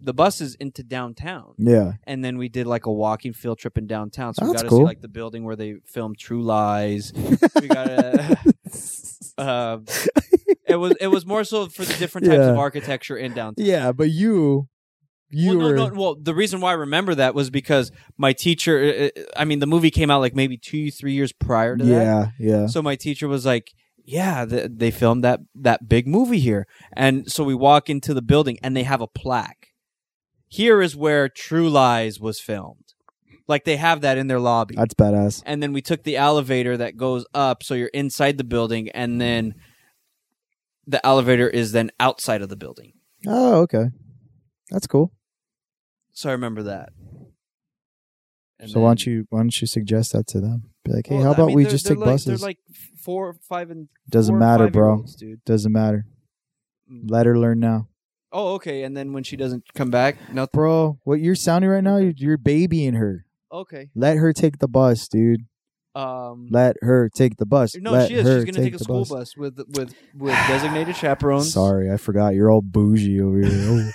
the buses into downtown,
Yeah.
and then we did like a walking field trip in downtown. So we
That's
got to see
cool.
like the building where they filmed True Lies. we got to. Uh, it was it was more so for the different types
Yeah.
of architecture in downtown.
yeah, but you, you
well,
were
no, no, well, the reason why I remember that was because my teacher. uh, uh, I mean, the movie came out like maybe two, three years prior to
yeah, yeah.
that. So my teacher was like, "Yeah, th- they filmed that that big movie here." And so we walk into the building, and they have a plaque. Here is where True Lies was filmed. Like they have that in their lobby.
That's badass.
and then we took the elevator that goes up, so you're inside the building, and then the elevator is then outside of the building.
Oh, okay. That's cool.
So I remember that.
so why don't you why don't you suggest that to them? Be like, hey,
Well,
how
I
about
mean,
we
they're-
just
they're
take
like,
buses?
They're like four, five, and
Doesn't
four and
matter, bro.
five-year-olds, dude.
Doesn't matter.
Mm.
Let her learn now,
Oh, okay. And then when she doesn't come back, nothing.
bro. What you're sounding right now, you're, you're babying her.
Okay.
Let her take the bus, dude.
Um,
Let her take the bus.
no,
Let
she is.
her
She's gonna take, a
the
school bus. with with with designated chaperones.
Sorry, I forgot. You're all bougie over here.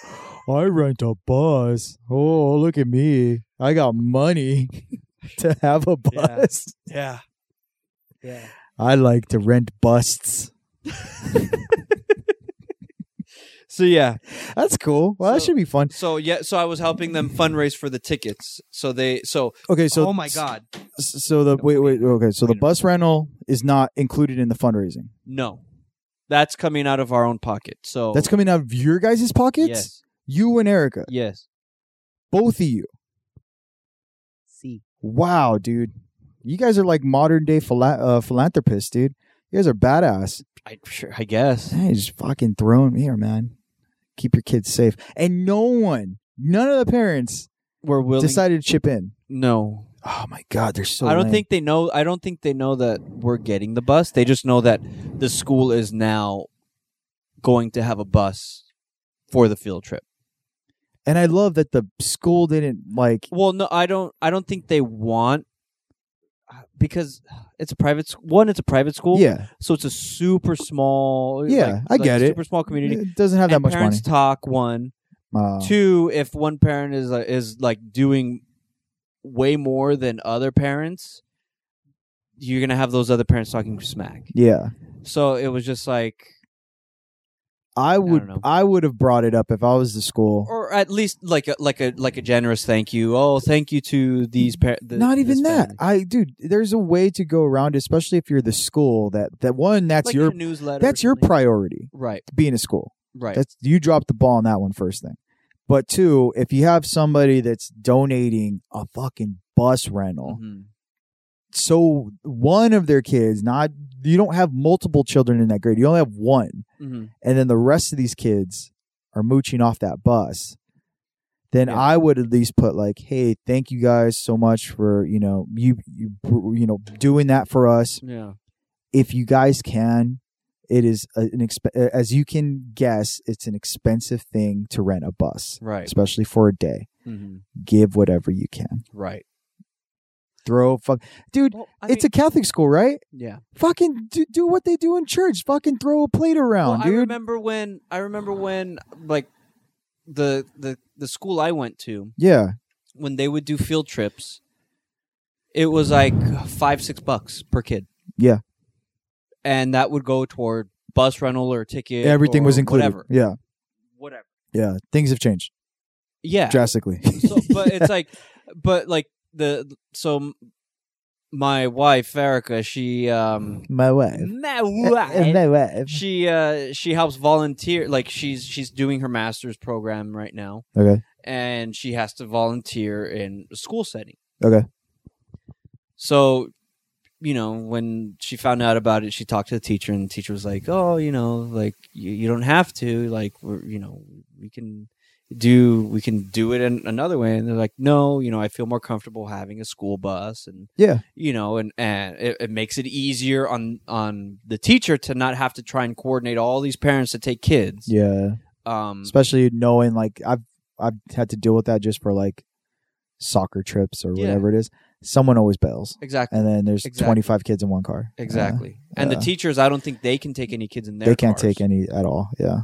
Oh, I rent a bus. Oh, look at me. I got money to have a
Yeah.
bus.
Yeah. Yeah.
I like to rent busts.
So yeah.
That's cool. Well, that
So-
should be fun.
So yeah. So I was helping them fundraise for the tickets. So they. So.
Okay, so
oh my god.
s- So the
No,
wait, wait. Okay, so
wait
the
a
bus rental is not included in the fundraising.
No. That's coming out of our own pocket. So
That's coming out of your guys' pockets.
Oh. yes.
You and Erica,
Yes.
both of you.
See.
Wow, dude. You guys are like modern day phila- uh, philanthropists, dude. You guys are badass.
I sure. I guess.
Hey, just fucking throwing me here, man. Keep your kids safe. And no one, none of the parents
We're willing.
decided to chip in.
no.
Oh my god, they're so
I don't
lame.
think they know. I don't think they know that we're getting the bus. They just know that the school is now going to have a bus for the field trip.
and I love that the school didn't like
Well, no, I don't. I don't think they want because it's a private. s- One, it's a private school.
Yeah.
So it's a super small.
Yeah,
like-
I
like
get it.
Super small community.
It doesn't have that
And
much money.
parents talk one.
Uh,
Two, if one parent is uh, is like doing way more than other parents, you're gonna have those other parents talking smack.
yeah.
So it was just like,
I would
know.
I, would have brought it up if I was the school.
or at least like a like a like a generous thank you. Oh, thank you to these parents.
Not even that. Ah, I dude, there's a way to go around, especially if you're the school that that one that's
like
your
newsletter. or
that's your
something.
priority
Right.
being a school.
Right.
That's you dropped the ball on that one first thing. But two, if you have somebody that's donating a fucking bus rental,
Mhm.
so one of their kids, not you don't have multiple children in that grade. You only have one.
Mhm.
and then the rest of these kids are mooching off that bus, then
Yeah.
I would at least put like, "Hey, thank you guys so much for you know you you you know doing that for us.
Yeah.
If you guys can, it is a- an exp- as you can guess, it's an expensive thing to rent a bus,
Right.
especially for a day.
hmm
Give whatever you can.
Right.
Throw fuck, dude. it's a Catholic school, right?
yeah.
Fucking do, do what they do in church. Fucking throw a plate around,
Well, I
dude.
remember when I remember when like the the the school I went to
yeah,
when they would do field trips, it was like five six bucks per kid.
Yeah.
and that would go toward bus rental or ticket.
everything
or
was included.
Whatever.
Yeah,
Whatever.
yeah. Things have changed.
Yeah.
drastically.
so, but it's like, but like the so m- my wife Erica, she um,
my wife.
my
Uh,
wife,
my wife.
she uh, she helps volunteer. Like she's she's doing her master's program right now.
Okay.
and she has to volunteer in a school setting.
Okay.
So, you know, when she found out about it, she talked to the teacher, and the teacher was like, "Oh, you know, like you, you don't have to. Like, we're, you know, we can do we can do it in another way." And they're like, "No, you know, I feel more comfortable having a school bus, and
Yeah.
you know, and and it, it makes it easier on on the teacher to not have to try and coordinate all these parents to take kids."
Yeah.
Um,
Especially knowing like I've I've had to deal with that just for like soccer trips or
Yeah.
whatever it is. Someone always bails.
exactly.
And then there's
Exactly.
25 kids in one car. Yeah.
Exactly. and the
yeah.
teachers, I don't think they can take any kids in there.
They can't take any at all. Yeah.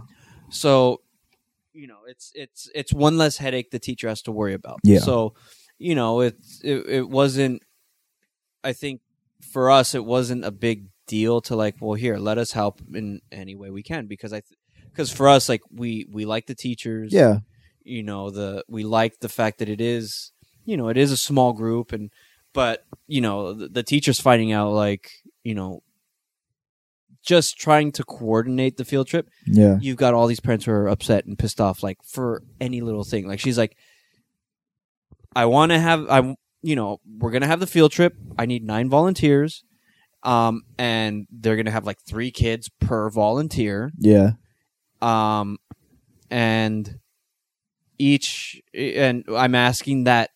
So, you know, it's it's it's one less headache the teacher has to worry about.
Yeah.
So, you know, it's it, it wasn't. I think for us, it wasn't a big deal to like. Well, here, let us help in any way we can because I, because for us, like we we like the teachers
Yeah.
you know the we like the fact that it is you know it is a small group and but you know the, the teachers finding out like you know just trying to coordinate the field trip
Yeah.
you've got all these parents who are upset and pissed off like for any little thing like she's like i want to have i'm you know we're gonna have the field trip i need nine volunteers um and they're gonna have like three kids per volunteer
Yeah.
um, and each and I'm asking that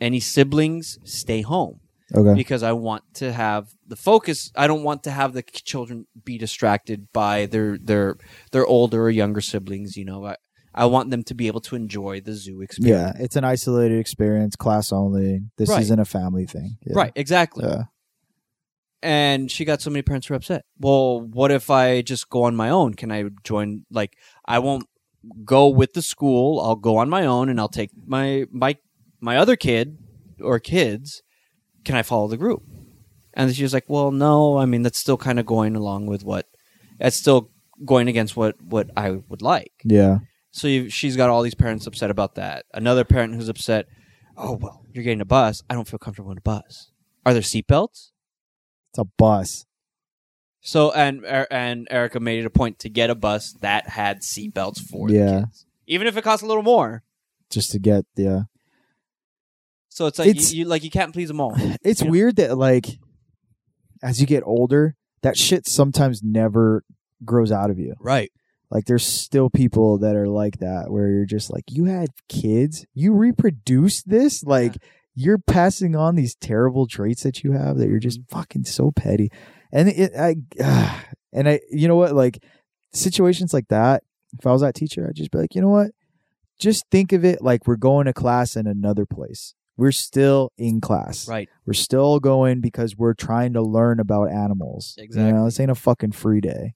any siblings stay home
Okay.
because I want to have the focus. I don't want to have the children be distracted by their their their older or younger siblings. You know, I I want them to be able to enjoy the zoo experience.
Yeah. It's an isolated experience, class only. This
Right.
isn't a family thing. Yeah.
Right, exactly.
Yeah.
and she got so many parents who were upset. Well, what if I just go on my own? Can I join? Like, I won't go with the school. I'll go on my own, and I'll take my my my other kid or kids. Can I follow the group? And she was like, "Well, no. I mean, that's still kind of going along with what. That's still going against what what I would like."
Yeah.
So you, she's got all these parents upset about that. Another parent who's upset. Oh well, you're getting a bus. I don't feel comfortable in a bus. Are there seatbelts?
It's a bus.
So and Er- and Erica made it a point to get a bus that had seatbelts for
Yeah.
the kids, even if it costs a little more.
Just to get yeah.
So it's like
It's-
you, you like you can't please them all.
it's
You know?
weird that like as you get older that shit sometimes never grows out of you
Right.
like there's still people that are like that where you're just like you had kids you reproduced this like you're passing on these terrible traits that you have that you're just fucking so petty and it i and i you know what like situations like that if i was that teacher i'd just be like you know what just think of it like we're going to class in another place we're still in class
Right.
we're still going because we're trying to learn about animals. You know,
Exactly.
this ain't a fucking free day.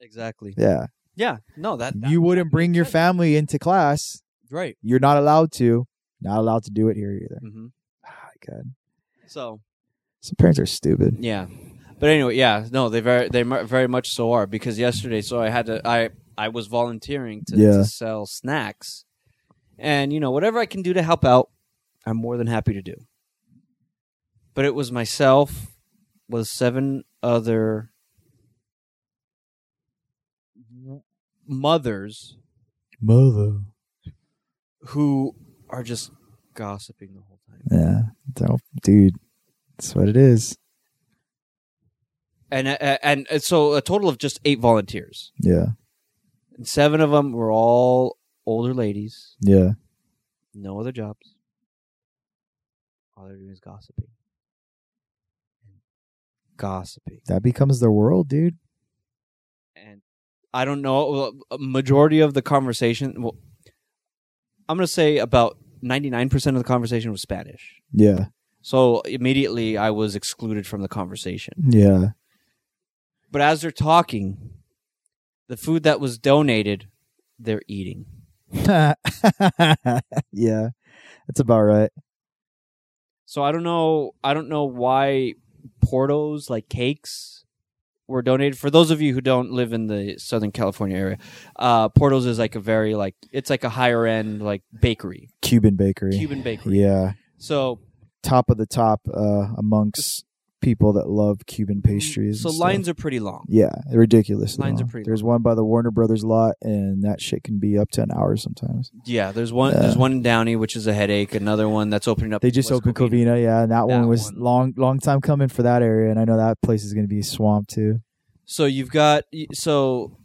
Exactly.
Yeah.
Yeah. No. That, that-
You wouldn't bring your family into class.
Right.
You're not allowed to. Not allowed to do it here either.
hmm
Ah, God.
So
Some parents are stupid.
yeah, But anyway, yeah, no, they very they mu- very much so are because yesterday, so I had to I I was volunteering to,
Yeah.
to sell snacks, and you know whatever I can do to help out, I'm more than happy to do. But it was myself, was seven other w- mothers
Mother.
who are just gossiping the whole time.
Yeah. Don't, dude. That's what it is.
And uh, and and so a total of just eight volunteers.
Yeah.
And seven of them were all older ladies,
Yeah.
no other jobs. All they're doing is gossiping. Gossiping.
That becomes their world, dude.
And I don't know, well, a majority of the conversation, well, I'm going to say about 99% of the conversation was Spanish.
Yeah.
So immediately I was excluded from the conversation.
Yeah.
But as they're talking, the food that was donated, they're eating.
yeah. That's about right.
So I don't know. I don't know why portos like cakes were donated. For those of you who don't live in the Southern California area, uh, portos is like a very like it's like a higher end like bakery,
Cuban bakery.
Cuban bakery.
Yeah.
So
Top of the top uh, amongst people that love Cuban pastries.
Mm, so
and stuff.
lines are pretty long.
Yeah, ridiculous.
Lines are pretty
There's one by the Warner Brothers lot, and that shit can be up to an hour sometimes.
Yeah, there's one. There's one in Downey, which is a headache. Another one that's opening up.
They just
West
opened Covina, yeah, and that,
That
one was
one.
long, long time coming for that area, and I know that place is going to be swamped too.
So you've got so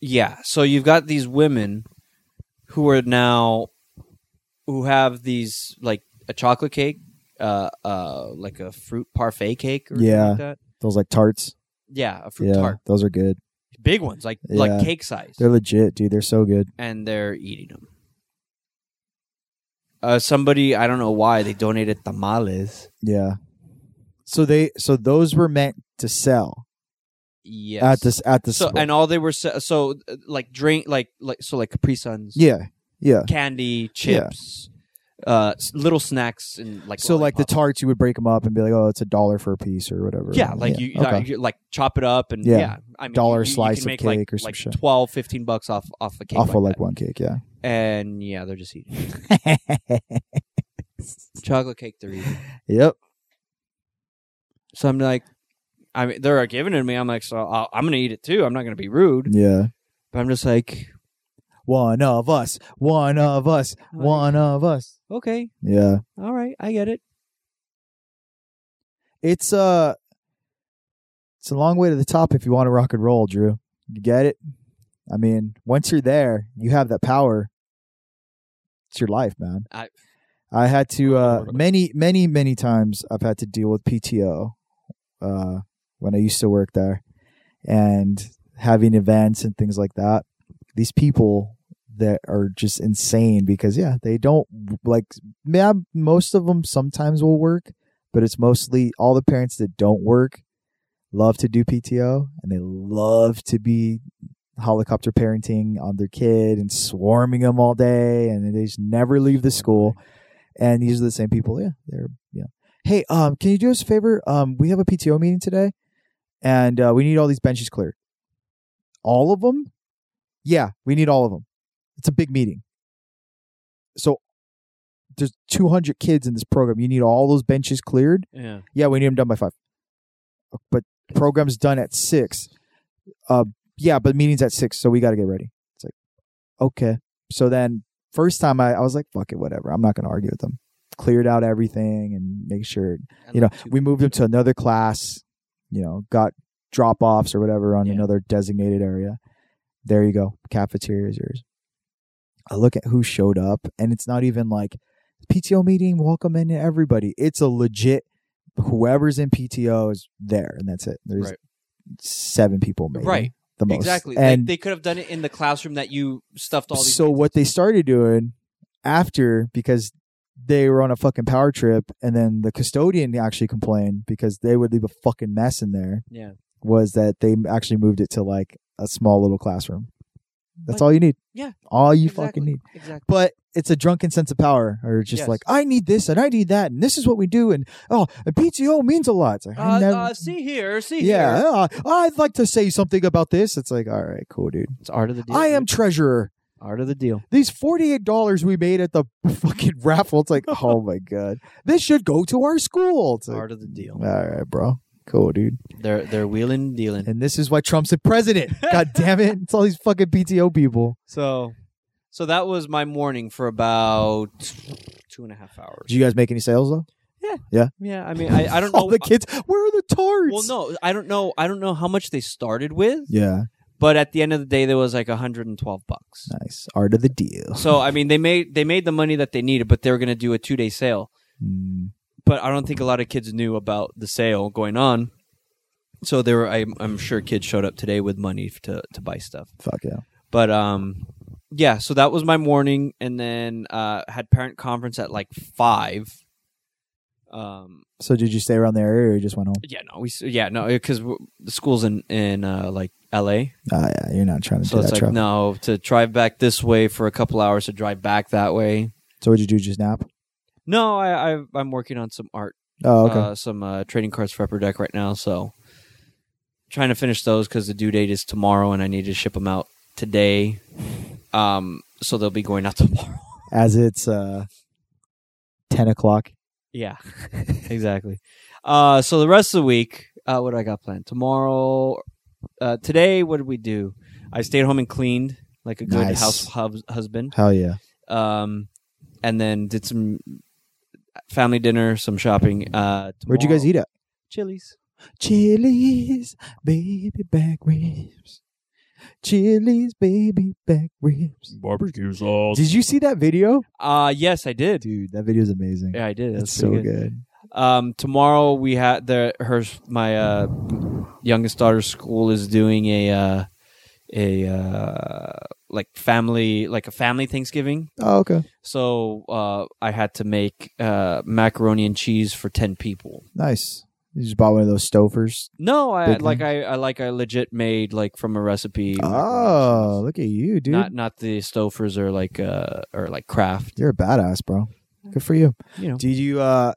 yeah, so you've got these women who are now who have these like a chocolate cake, uh uh like a fruit parfait cake or yeah.
Yeah.
like that.
Those like tarts,
Yeah, a fruit
yeah,
tart.
those are good.
Big ones, like like
Yeah.
cake size.
They're legit, dude. They're so good.
and they're eating them. Uh somebody, I don't know why, they donated tamales.
Yeah. So they, so those were meant to sell
Yes.
at this at the
so
sp-
and all they were se- so uh, like drink like like so like Capri Suns.
yeah, yeah.
candy,
Yeah.
chips, uh, s- little snacks, and like
so like the
lollipops.
tarts, you would break them up and be like, oh, it's a dollar for a piece or whatever.
Yeah, like you,
okay.
like, you like chop it up and yeah,
Yeah.
I mean,
Dollar
you- you, you
slice
can
of
make like-
cake or some
like
shit.
12, 15 bucks off off a cake.
off of
like
like one cake, yeah.
that. and yeah, they're just eating chocolate cake. They're eating.
yep.
So I'm like, I mean, they're giving it to me. I'm like, so I'll, I'm gonna eat it too. I'm not gonna be rude,
Yeah.
but I'm just like,
One of us, one of us, one of us.
okay,
Yeah.
all right, I get it.
It's uh it's a long way to the top if you want to rock and roll, Drew. You get it? I mean, once you're there, you have that power. It's your life, man.
I-
I had to uh many, many, many times I've had to deal with PTO uh when I used to work there and having events and things like that. These people that are just insane because yeah, they don't like yeah, most of them sometimes will work, but it's mostly all the parents that don't work love to do PTO and they love to be helicopter parenting on their kid and swarming them all day and they just never leave the school. And these are the same people. Yeah, they're yeah. Hey, um, can you do us a favor? Um, we have a PTO meeting today, and uh, we need all these benches cleared. All of them? Yeah, we need all of them. It's a big meeting. So there's 200 kids in this program. You need all those benches cleared.
Yeah,
Yeah, we need them done by five. But program's done at six. Uh, yeah, but meeting's at six, so we got to get ready. It's like, okay. So then, first time I, I was like, fuck it, whatever. I'm not going to argue with them. Cleared out everything and make sure, you know, we moved them to another class, you know, got drop offs or whatever on
Yeah.
another designated area. There you go. Cafeteria is yours. I look at who showed up, and it's not even like PTO meeting, welcome in everybody. It's a legit whoever's in PTO is there, and that's it. There's
Right.
seven people, maybe,
right,
The most,
exactly.
And
like, they could have done it in the classroom that you stuffed all these.
so
kids
what they started doing after because they were on a fucking power trip, and then the custodian actually complained because they would leave a fucking mess in there.
Yeah.
was that they actually moved it to like a small little classroom That's
Like-
all you need.
Yeah.
All you
Exactly.
fucking need.
Exactly.
But it's a drunken sense of power, or just
Yes.
like I need this and I need that, and this is what we do, and oh, a PTO means a lot. It's like, I
Uh,
never-
uh, see here, see
yeah,
here.
uh, I'd like to say something about this. It's like, all right, cool, dude.
It's art of the deal.
I am
dude.
treasurer.
art of the deal.
These forty-eight dollars we made at the fucking raffle. It's like, oh my god, this should go to our school. It's like,
Art of the deal.
all right, bro, cool, dude.
They're they're wheeling and dealing.
And this is why Trump's the president. God damn it! It's all these fucking PTO people.
So, so that was my morning for about two and a half hours.
Did you guys make any sales though?
yeah, I mean, I, I don't
All
know.
the kids. Where are the tarts?
well, no, I don't know. I don't know how much they started with,
Yeah,
but at the end of the day, there was like 112 bucks.
nice art of the deal.
So I mean, they made they made the money that they needed, but they were going to do a two day sale.
Mm.
But I don't think a lot of kids knew about the sale going on. So there were, I'm, I'm sure kids showed up today with money to to buy stuff.
Fuck yeah.
But um, yeah. So that was my morning, and then uh, had parent conference at like five. Um.
So did you stay around the area, or you just went home?
Yeah. No. We. s- Yeah. No. Because the school's in in uh, like L.A.
Ah, yeah, you're not trying to
So
do
it's
that
like
traffic.
no to drive back this way for a couple hours to drive back that way.
So what'd you do? Just nap?
No, I, I I'm working on some art,
Oh, okay.
uh, some uh, trading cards for Upper Deck right now. So trying to finish those because the due date is tomorrow, and I need to ship them out today. Um, so they'll be going out tomorrow.
As it's uh, ten o'clock.
yeah, exactly. Uh, so the rest of the week, uh, what do I got planned tomorrow? Uh, today, what did we do? I stayed home and cleaned like a good
Nice.
house hub- husband.
Hell yeah.
um, and then did some family dinner, some shopping. Uh,
Where'd you guys
tomorrow.
eat at?
Chili's.
Chili's baby back ribs. Chili's baby back ribs.
Barbecue sauce.
Did you see that video?
Uh yes, I did.
Dude, that video is amazing.
Yeah, I did. That's
it's so
pretty
good.
good. Um, tomorrow we had the her my uh youngest daughter's school is doing a uh a uh like family like a family Thanksgiving.
Oh, okay.
So uh I had to make uh macaroni and cheese for ten people.
Nice. You just bought one of those stofers.
No, I
Big
like
one.
I, I like I legit made like from a recipe. macaroni and cheese.
Oh, look at you, dude.
Not not the Stofers or like uh or like Kraft.
You're a badass, bro. Good for you.
You know.
Did you uh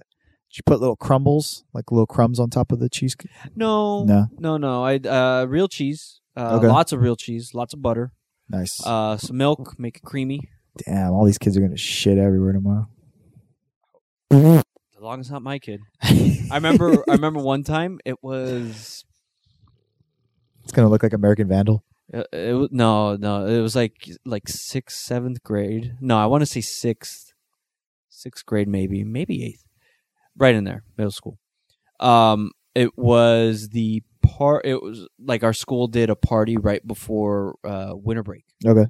did you put little crumbles, like little crumbs on top of the cheese?
No.
No.
No, no. I uh real cheese. Uh,
Okay.
lots of real cheese, lots of butter.
Nice.
Uh some milk, make it creamy.
Damn, all these kids are gonna shit everywhere tomorrow.
As long as not my kid. I remember I remember one time it was
It's gonna look like American Vandal.
uh, it, wa- no, no. It was like like 6th, 7th grade. No, I want to say 6th. 6th grade maybe, maybe 8th. Right in there, middle school. Um it was the part it was like our school did a party right before uh winter break.
Okay.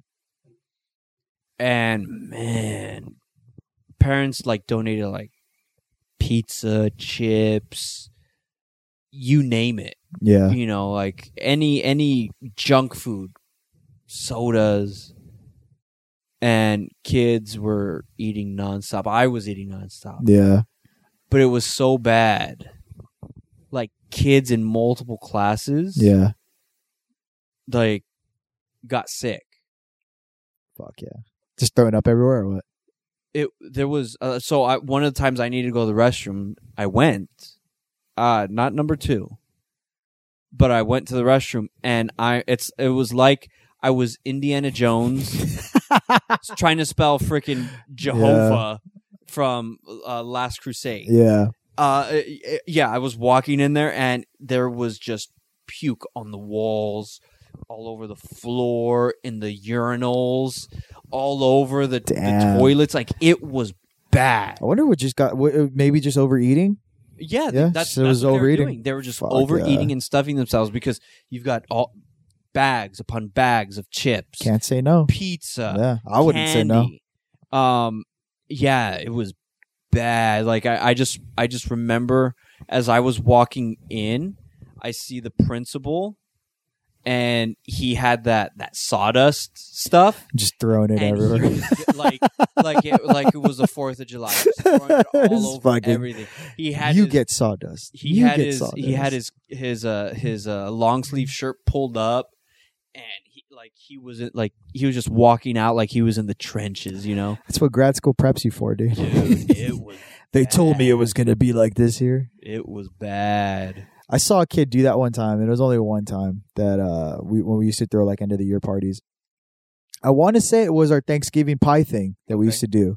and man parents like donated like pizza chips you name it
Yeah.
you know like any any junk food sodas and kids were eating nonstop i was eating nonstop
Yeah.
but it was so bad like kids in multiple classes
Yeah.
like got sick
Fuck yeah. Just throwing up everywhere or what?
it there was uh, so I, one of the times I needed to go to the restroom, I went, uh, not number two, but I went to the restroom and I it's it was like I was Indiana Jones trying to spell freaking Jehovah from uh, Last Crusade.
Yeah.
Uh, it- it- yeah, I was walking in there and there was just puke on the walls, all over the floor, in the urinals, all over the, the
Damn.
toilets. Like it was bad.
I wonder what just got what, uh, maybe just overeating.
Yeah, th-
Yeah,
that's,
so it
that's
was
what
overeating.
They were, doing. They were just
Fuck,
overeating
yeah.
and stuffing themselves because you've got all bags upon bags of chips,
Can't say no.
pizza,
yeah, I wouldn't say no.
uh, candy. Um, yeah, it was bad. Like I, I just, I just remember as I was walking in, I see the principal, and he had that that sawdust stuff,
Just throwing it
and he
everywhere.
was, like, like it, like it was the Fourth of July, just throwing it
It's
all over
fucking-
everything. He had
you
his,
get sawdust.
he
you
had
get
his
sawdust.
he had his his uh his uh long sleeve shirt pulled up, and he like he was in, like he was just walking out like he was in the trenches, you know.
That's what grad school preps you for, dude.
it was
they told me it was gonna be like this here.
it was bad.
I saw a kid do that one time, and it was only one time that uh we when we used to throw like end of the year parties. I want to say it was our Thanksgiving pie thing that we used to do,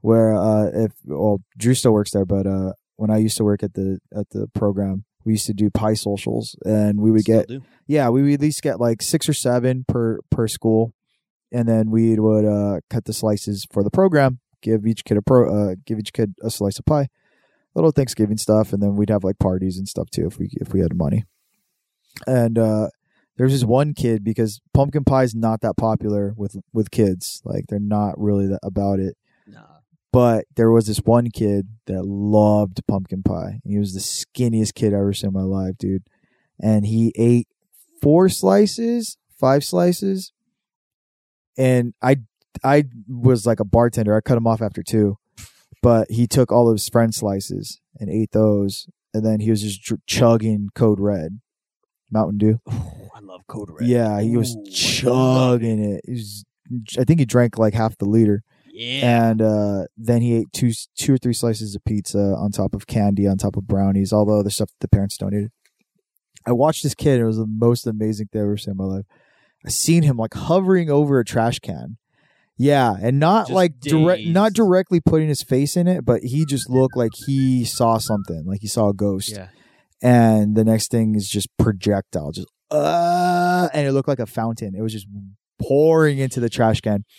where uh if well Drew still works there, but uh when I used to work at the at the program, we used to do pie socials, and we would
Still
get
do.
yeah, we would at least get like six or seven per per school, and then we would uh, cut the slices for the program. Give each kid a pro, uh, give each kid a slice of pie, little Thanksgiving stuff, and then we'd have like parties and stuff too if we if we had money. And uh, there's this one kid because pumpkin pie is not that popular with with kids, like they're not really that about it.
Nah.
But there was this one kid that loved pumpkin pie. He was the skinniest kid I ever seen in my life, dude. And he ate four slices, five slices, and I I was like a bartender. I cut him off after two, but he took all of his friend slices and ate those, and then he was just dr- chugging Code Red, Mountain Dew.
Oh, I love Code Red.
Yeah, he was
Ooh, I love
chugging it. He was, I think he drank like half the liter
Yeah.
and uh, then he ate two two or three slices of pizza on top of candy, on top of brownies, all the other stuff that the parents donated. I watched this kid; and it was the most amazing thing I've ever seen in my life. I seen him like hovering over a trash can, yeah, and not
Just
like direct,
dazed.
not directly putting his face in it, but he just looked like he saw something, like he saw a ghost.
Yeah.
And the next thing is just projectile, just uh, and it looked like a fountain. It was just pouring into the trash can.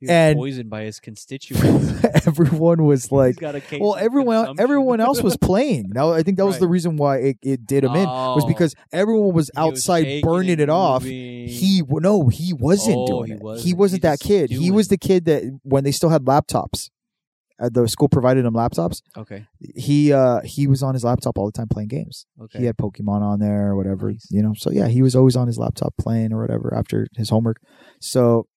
He was
And-
poisoned by his constituents.
Everyone was like,
He's got a case
well
of
everyone
consumption.
everyone else was playing now i think that was
Right.
the reason why it, it did him in was
Oh.
because everyone was
He was
outside
shaking
burning
and
it off
moving.
he w- no he wasn't
Oh,
doing
he
it
wasn't.
he
He
wasn't that
just
kid he
doing
was
it.
the kid that when they still had laptops uh, the school provided him laptops
okay.
he uh he was on his laptop all the time playing games
Okay.
he had pokemon on there or whatever
Nice.
you know so yeah he was always on his laptop playing or whatever after his homework so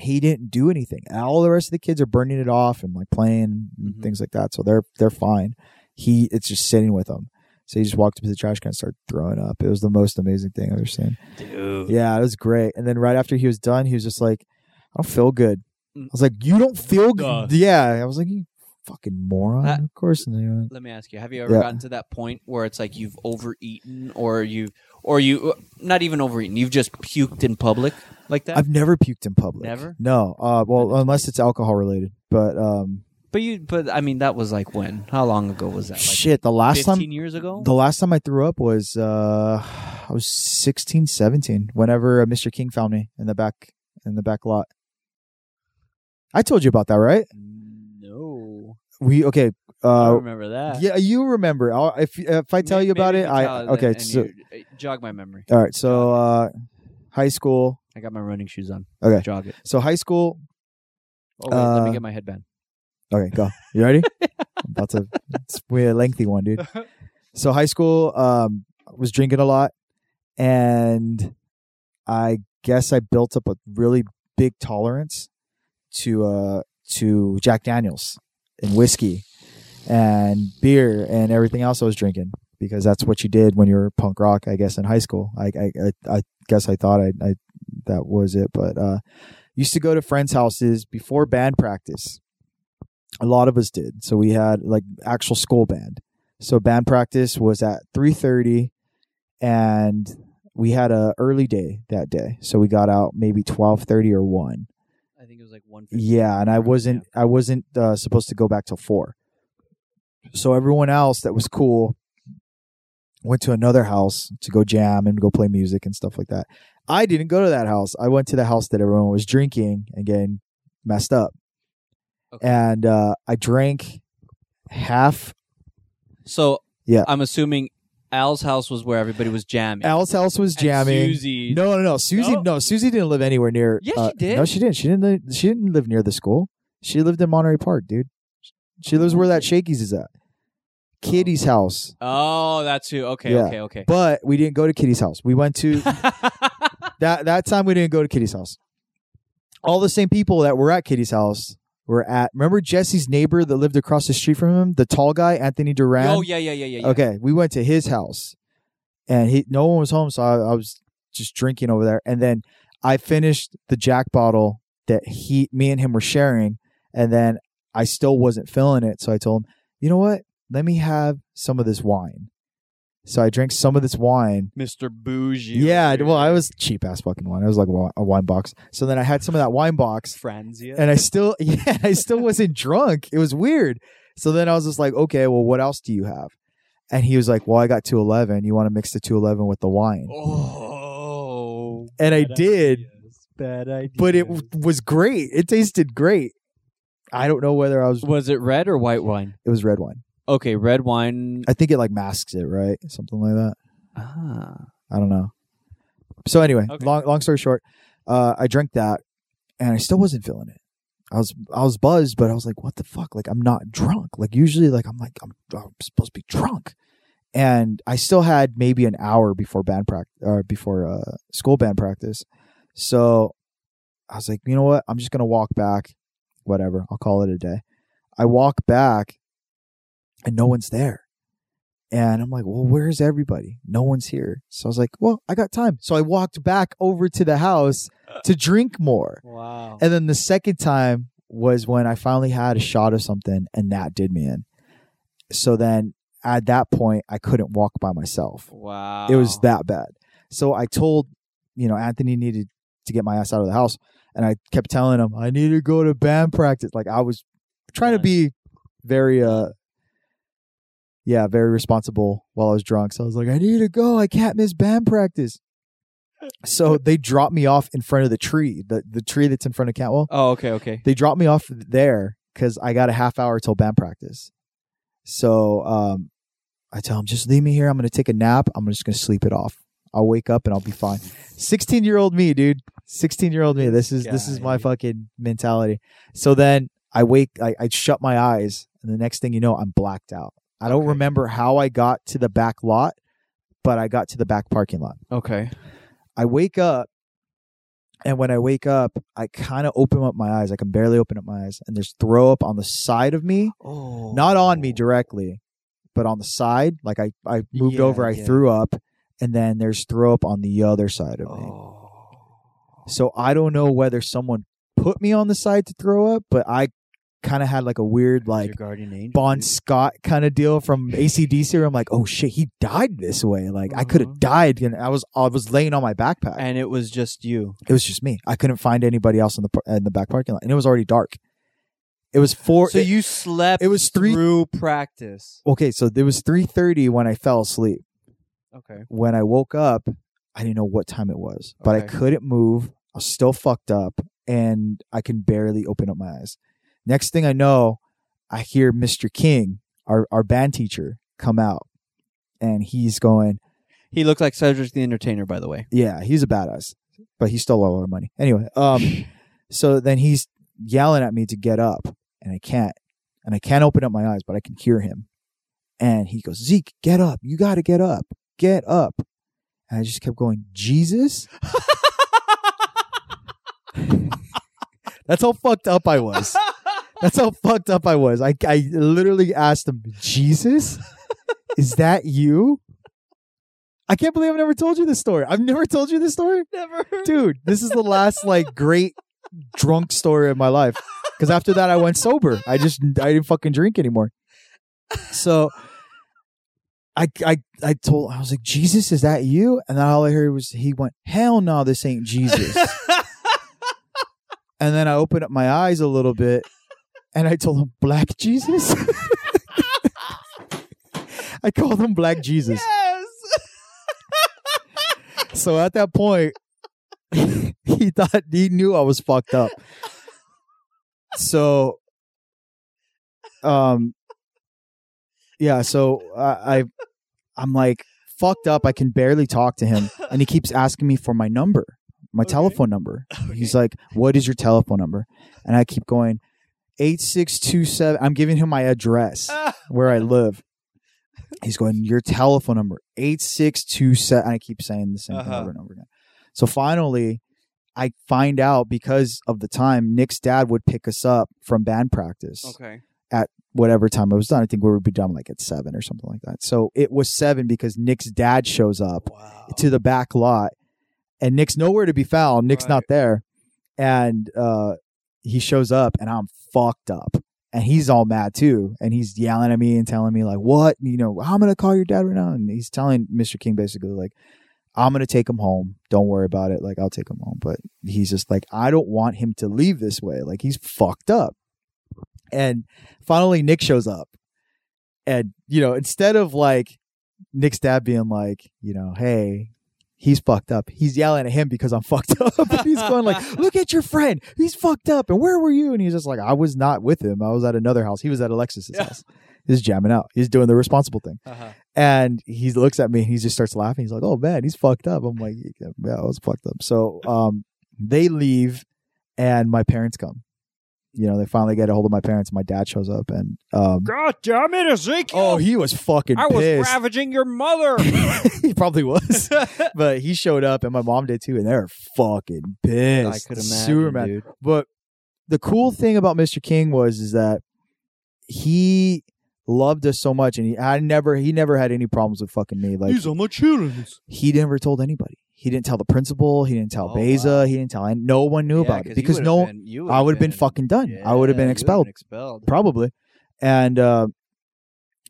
he didn't do anything And all the rest of the kids are burning it off and like playing and
Mhm.
things like that so they're they're fine he it's just sitting with them so he just walked up to the trash can and started throwing up it was the most amazing thing i've ever seen
Dude.
yeah it was great and then right after he was done he was just like i don't feel good i
Mm.
was like you don't feel
Duh.
good yeah i was like you fucking moron
Uh,
of course not.
Let me ask you: Have you ever
Yeah.
gotten to that point where it's like you've overeaten, or you, or you, uh, not even overeaten, you've just puked in public like that?
I've never puked in public.
Never?
No. Uh, well, unless it's alcohol related. But um,
but you, but I mean, that was like when? How long ago was that? Like
shit, the last
fifteen
time
years ago?
the last time I threw up was uh, I was 16, 17, whenever uh, Mr. King found me in the back in the back lot. I told you about that, right?
no,
We okay.
I
Uh,
don't remember that.
yeah, you remember. I'll, if if I tell
May-
you about
maybe
it,
if
I
tell,
okay.
then- and
So
you- jog my memory.
all right. So uh, high school.
I got my running shoes on.
Okay.
jog it.
So high school.
Oh, wait, let
Uh,
me get my headband.
Okay, go. You ready? I'm about to. It's we a lengthy one, dude. So high school, um, was drinking a lot, and I guess I built up a really big tolerance to uh to Jack Daniels and whiskey and beer and everything else I was drinking because that's what you did when you were punk rock, I guess, in high school. I I I, I guess I thought I, I that was it, but uh, used to go to friends' houses before band practice a lot of us did. So we had like actual school band. So band practice was at 3:30 and we had a early day that day. So we got out maybe 12:30 or 1.
I think it was like one.
Yeah, and I wasn't I wasn't uh, supposed to go back till 4. So everyone else that was cool went to another house to go jam and go play music and stuff like that. I didn't go to that house. I went to the house that everyone was drinking and getting messed up.
Okay.
And uh, I drank half
So
Yeah.
I'm assuming Al's house was where everybody was jamming.
Al's house was jamming.
Susie.
No, no, no. Susie, no.
No?
Susie didn't live anywhere near.
Yes,
uh,
she did.
No, she didn't. She didn't. Li- she didn't live near the school. She lived in Monterey Park, dude. She lives where that Shakey's is at. Kitty's house,
Oh, that's who. Okay,
Yeah.
okay, okay.
but we didn't go to Kitty's house. We went to that that time. We didn't go to Kitty's house. All the same people that were at Kitty's house were at. Remember Jesse's neighbor that lived across the street from him, the tall guy, Anthony Duran.
oh yeah, yeah, yeah, yeah. yeah.
Okay, we went to his house, and he no one was home, so I, I was just drinking over there. And then I finished the Jack bottle that he, me and him were sharing. And then I still wasn't feeling it. So I told him, you know what? Let me have some of this wine. So I drank some of this wine
Mr. Bougie.
yeah, I-
over
well,
here.
I was cheap ass fucking wine. I was like wa- a wine box. So then I had some of that wine box,
Franzia.
and I still, yeah, I still wasn't drunk. It was weird. So then I was just like, okay, well, what else do you have? And he was like, well, I got two eleven. You want to mix the two eleven with the wine?
oh,
and I
bad
did,
ideas. Bad idea.
but it w- was great. It tasted great. I don't know whether I was.
was it red or white wine?
It was red wine.
Okay, red wine.
I think it like masks it, right? Something like that.
Ah.
I don't know. So anyway,
Okay.
long long story short, uh, I drank that, and I still wasn't feeling it. I was I was buzzed, but I was like, "What the fuck?" Like I'm not drunk. Like usually, like I'm like I'm, I'm supposed to be drunk, and I still had maybe an hour before band practice or before uh, school band practice. So I was like, you know what? I'm just gonna walk back. Whatever, I'll call it a day. I walk back, and no one's there. And I'm like, well, where's everybody? No one's here. So I was like, well, I got time. So I walked back over to the house to drink more.
Wow.
And then the second time was when I finally had a shot of something and that did me in. So then at that point, I couldn't walk by myself.
wow.
It was that bad. So I told, you know, Anthony needed to get my ass out of the house. And I kept telling him, I need to go to band practice. Like I was trying to be very, uh, yeah, very responsible while I was drunk. So I was like, I need to go. I can't miss band practice. So they dropped me off in front of the tree, the, the tree that's in front of Cantwell
Oh, okay, okay.
they dropped me off there because I got a half hour till band practice. So um, I tell him, just leave me here. I'm going to take a nap. I'm just going to sleep it off. I'll wake up and I'll be fine. 16 year old me, dude. 16 year old me. This is this is my
Guy.
fucking mentality. So then I wake, I, I shut my eyes, and the next thing you know, I'm blacked out. I don't
Okay.
remember how I got to the back lot, but I got to the back parking lot.
Okay.
I wake up, and when I wake up, I kind of open up my eyes. I can barely open up my eyes, and there's throw up on the side of me,
Oh.
not on me directly, but on the side. Like I, I moved
Yeah,
over, I
yeah.
threw up, and then there's throw up on the other side of me.
Oh.
So I don't know whether someone put me on the side to throw up, but I kind of had like a weird like
your guardian angel.
Bon
dude.
Scott kind of deal from ACDC. Where I'm like, oh shit, he died this way. Like I could
Uh-huh.
have died. And I was I was laying on my backpack.
And it was just you.
It was just me. I couldn't find anybody else in the par- in the back parking lot, and it was already dark. It was four.
so
it-
you slept
it was three-
through practice.
okay? So it was three thirty when I fell asleep.
Okay.
When I woke up, I didn't know what time it was, but I
Okay.
couldn't move. I was still fucked up, and I can barely open up my eyes. Next thing I know, I hear Mr. King, our our band teacher, come out, and he's going,
He looked like Cedric the Entertainer, by the way.
Yeah, he's a badass, but he stole all our money. Anyway, um, so then he's yelling at me to get up, and I can't, and I can't open up my eyes, but I can hear him, and he goes, Zeke, get up, you got to get up, get up, and I just kept going, Jesus. That's how fucked up I was. That's how fucked up I was. I, I literally asked him, Jesus, is that you? I can't believe I've never told you this story. I've never told you this story?
Never.
Dude, this is the last like great drunk story of my life. Cause after that I went sober. I just I didn't fucking drink anymore. So I I I told I was like, Jesus, is that you? And then all I heard was he went, Hell no, this ain't Jesus. and then I opened up my eyes a little bit and I told him Black Jesus. I called him Black Jesus.
Yes.
So at that point, he thought he knew I was fucked up. So, um, yeah. So I, I I'm like fucked up. I can barely talk to him, and he keeps asking me for my number, my
Okay.
telephone number. He's like, "What is your telephone number?" And I keep going, eight six two seven. I'm giving him my address where I live. He's going, your telephone number, 8627. And I keep saying the same thing
Uh-huh.
over and over again. So finally, I find out because of the time, Nick's dad would pick us up from band practice,
okay.
whatever time it was done. I think we would be done like at seven or something like that. So it was seven because Nick's dad shows up
Wow.
to the back lot and Nick's nowhere to be found. Nick's not
Right.
there, and uh, he shows up, and I'm fucked up, and he's all mad too, and he's yelling at me and telling me like, "What? You know, I'm gonna call your dad right now," and he's telling Mr. King basically like. I'm gonna take him home. Don't worry about it. Like I'll take him home. But he's just like, I don't want him to leave this way. Like he's fucked up. And finally Nick shows up. And, you know, instead of like Nick's dad being like, you know, hey, he's fucked up. He's yelling at him because I'm fucked up. and he's going like, look at your friend. He's fucked up. And where were you? And he's just like, I was not with him. I was at another house. He was at Alexis's
Yeah.
house. He's jamming out. He's doing the responsible thing.
Uh-huh.
And he looks at me and he just starts laughing. He's like, "Oh man, he's fucked up." I'm like, "Yeah, I was fucked up." So um, they leave, and my parents come. You know, they finally get a hold of my parents. My dad shows up, and um,
God damn it, Ezekiel!
oh, he was fucking
I was
pissed.
ravaging your mother.
he probably was, but he showed up, and my mom did too, and they're fucking
I
pissed.
could imagine,
Super mad.
dude.
But the cool thing about Mr. King was is that he loved us so much, and he I never he never had any problems with fucking me. Like
are my children.
he never told anybody. He didn't tell the principal. He didn't tell
Oh,
Beza.
wow.
He didn't tell. And no one knew about it because no, I would have been, fucking done. I would have been expelled
expelled.
probably. And uh,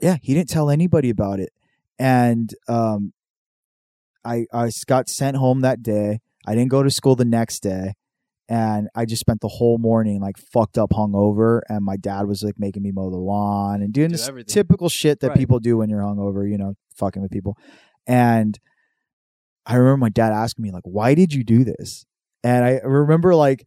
yeah, he didn't tell anybody about it. And um, I I s- got sent home that day. I didn't go to school the next day, and I just spent the whole morning like fucked up, hungover. And my dad was like making me mow the lawn and doing
Do
this
everything.
typical shit that
Right.
people do when you're hungover, you know, fucking with people. And I remember my dad asking me like, "Why did you do this?" And I remember like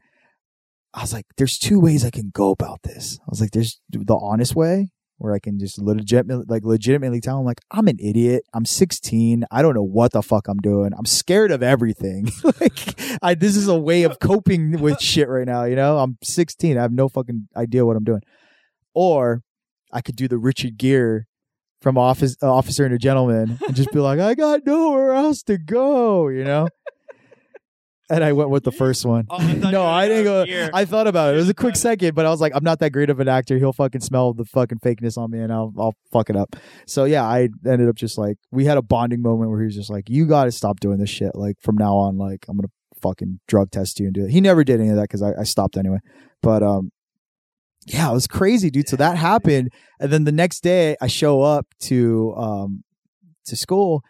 I was like, there's two ways I can go about this. I was like, there's the honest way where I can just legitimately, like legitimately tell him like, I'm an idiot. I'm 16. I don't know what the fuck I'm doing. I'm scared of everything. like I, this is a way of coping with shit right now. You know, I'm 16. I have no fucking idea what I'm doing. Or I could do the Richard Gere from office, uh, officer and a gentleman and just be like, I got nowhere else to go, you know? And I went with the first one.
Oh, I thought you
no,
were
I didn't go.
gonna go here.
I thought about it. It was a quick
Just-
second, but I was like, I'm not that great of an actor. He'll fucking smell the fucking fakeness on me, and I'll I'll fuck it up. So yeah, I ended up just like we had a bonding moment where he was just like, "You got to stop doing this shit. Like from now on, like I'm gonna fucking drug test you and do it." He never did any of that because I, I stopped anyway. But um, yeah, it was crazy, dude. So that happened, and then the next day I show up to um to school,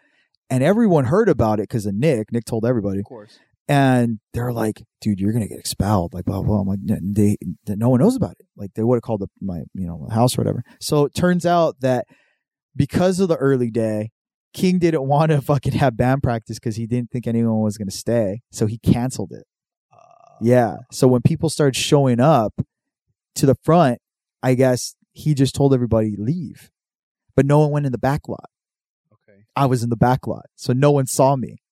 and everyone heard about it because of Nick. Nick told everybody.
Of course.
And they're like, dude, you're gonna get expelled. Like, blah blah. I'm like, "No, they, that no one knows about it. Like, they would have called the, my, you know, house or whatever. So it turns out that because of the early day, King didn't want to fucking have band practice because he didn't think anyone was gonna stay. So he canceled it.
Uh,
Yeah. So when people started showing up to the front, I guess he just told everybody leave, but no one went in the back lot.
Okay.
I was in the back lot, so no one saw me.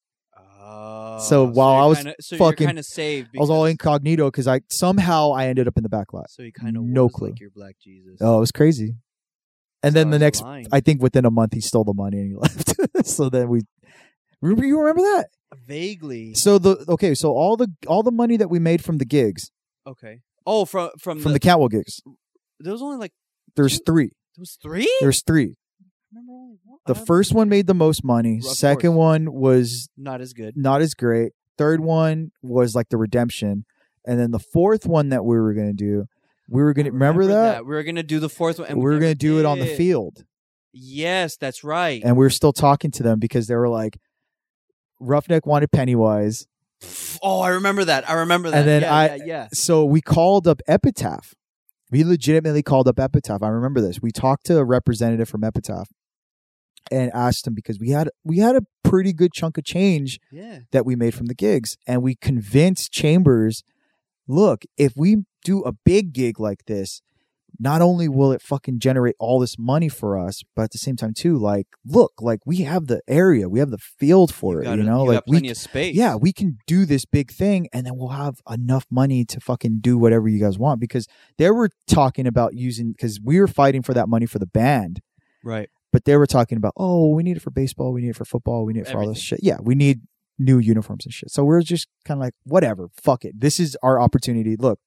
Oh,
while I was
kinda, so
fucking-
kind of saved.
I was all
because-
incognito because I somehow I ended up in the back lot.
So you kind of
no
was
clue.
Like your black Jesus.
Oh, it was crazy. And then the next,
Lying.
I think within a month, he stole the money and he left. so then we, remember you remember that?
vaguely.
So the okay, so all the all the money that we made from the gigs,
Okay. Oh, from from,
from the Catwalk gigs,
there was only like
there's
Two-
three.
there was three.
There's three.
remember only one.
The
I don't-
first one made the most money.
Of
Second
course.
one was
not as good.
not as great. Third one was like the redemption, and then the fourth one that we were gonna do, we were gonna
I
remember, that.
We were gonna do the fourth one. And
we were
never
gonna do it on the
did.
field.
Yes, that's right.
and we were still talking to them because they were like roughneck wanted pennywise
Pff, oh, I remember that. I remember that.
And then
yeah,
I-
yeah, yeah.
so we called up epitaph we legitimately called up epitaph i remember this we talked to a representative from epitaph and asked him because we had we had a pretty good chunk of change
yeah.
that we made from the gigs and we convinced chambers look if we do a big gig like this not only will it fucking generate all this money for us but at the same time too like look like we have the area we have the field for
You
it
got
you
a-
know
you
like
got
we
plenty of space.
yeah, we can do this big thing and then we'll have enough money to fucking do whatever you guys want because they were talking about using because we were fighting for that money for the band,
right.
but they were talking about, oh, we need it for baseball, we need it for football, we need it for all this shit. Yeah, we need new uniforms and shit. So we're just kind of like, whatever, fuck it. This is our opportunity. Look,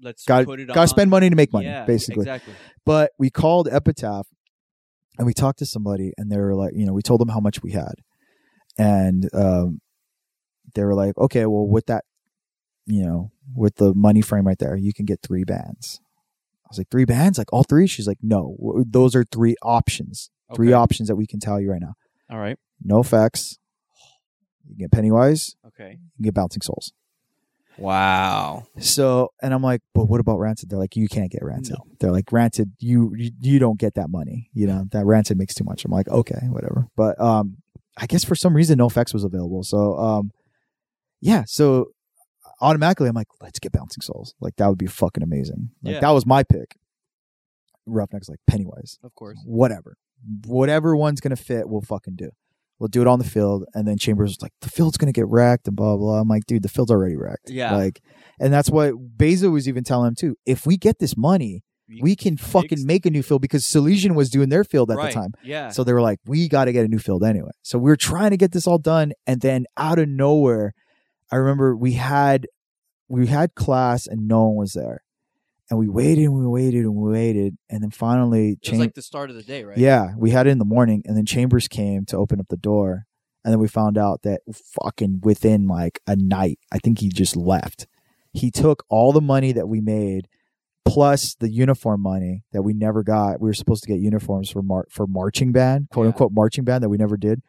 Let's
Gotta-
put it on.
gotta spend money to make money,
Yeah,
basically
Exactly.
but we called Epitaph and we talked to somebody and they were like, you know, we told them how much we had. And um, they were like, okay, well, with that, you know, with the money frame right there, you can get three bands. I was like, three bands? Like all three? She's like, no, w- those are three options, three
Okay.
options that we can tell you right now.
All right.
No effects. You can get Pennywise,
Okay.
you can get Bouncing Souls.
Wow.
So, and I'm like, but what about Rancid? They're like, you can't get Rancid. They're like, Rancid, you, you you don't get that money. You know that Rancid makes too much. I'm like, okay, whatever. But um, I guess for some reason, NoFX was available. So um, yeah. So automatically, I'm like, let's get Bouncing Souls. Like that would be fucking amazing. Like
Yeah.
that was my pick. Roughnecks like Pennywise
Of course.
whatever. Whatever one's gonna fit, we'll fucking do. We'll do it on the field. And then Chambers was like, the field's gonna get wrecked and blah blah. blah. I'm like, dude, the field's already wrecked.
Yeah.
Like, and that's what Beza was even telling him too. If we get this money, we can fucking make a new field because Salesian was doing their field at
right.
the time.
Yeah.
So they were like, we got to get a new field anyway. So we were trying to get this all done. And then out of nowhere, I remember we had we had class and no one was there. And we waited and we waited and we waited. And then finally
it was
Chambers.
like the start of the day, right?
Yeah, we had it in the morning, and then Chambers came to open up the door, and then we found out that fucking within like a night, I think he just left. He took all the money that we made, plus the uniform money that we never got. We were supposed to get uniforms for mar- for marching band, quote
Yeah.
unquote marching band that we never did,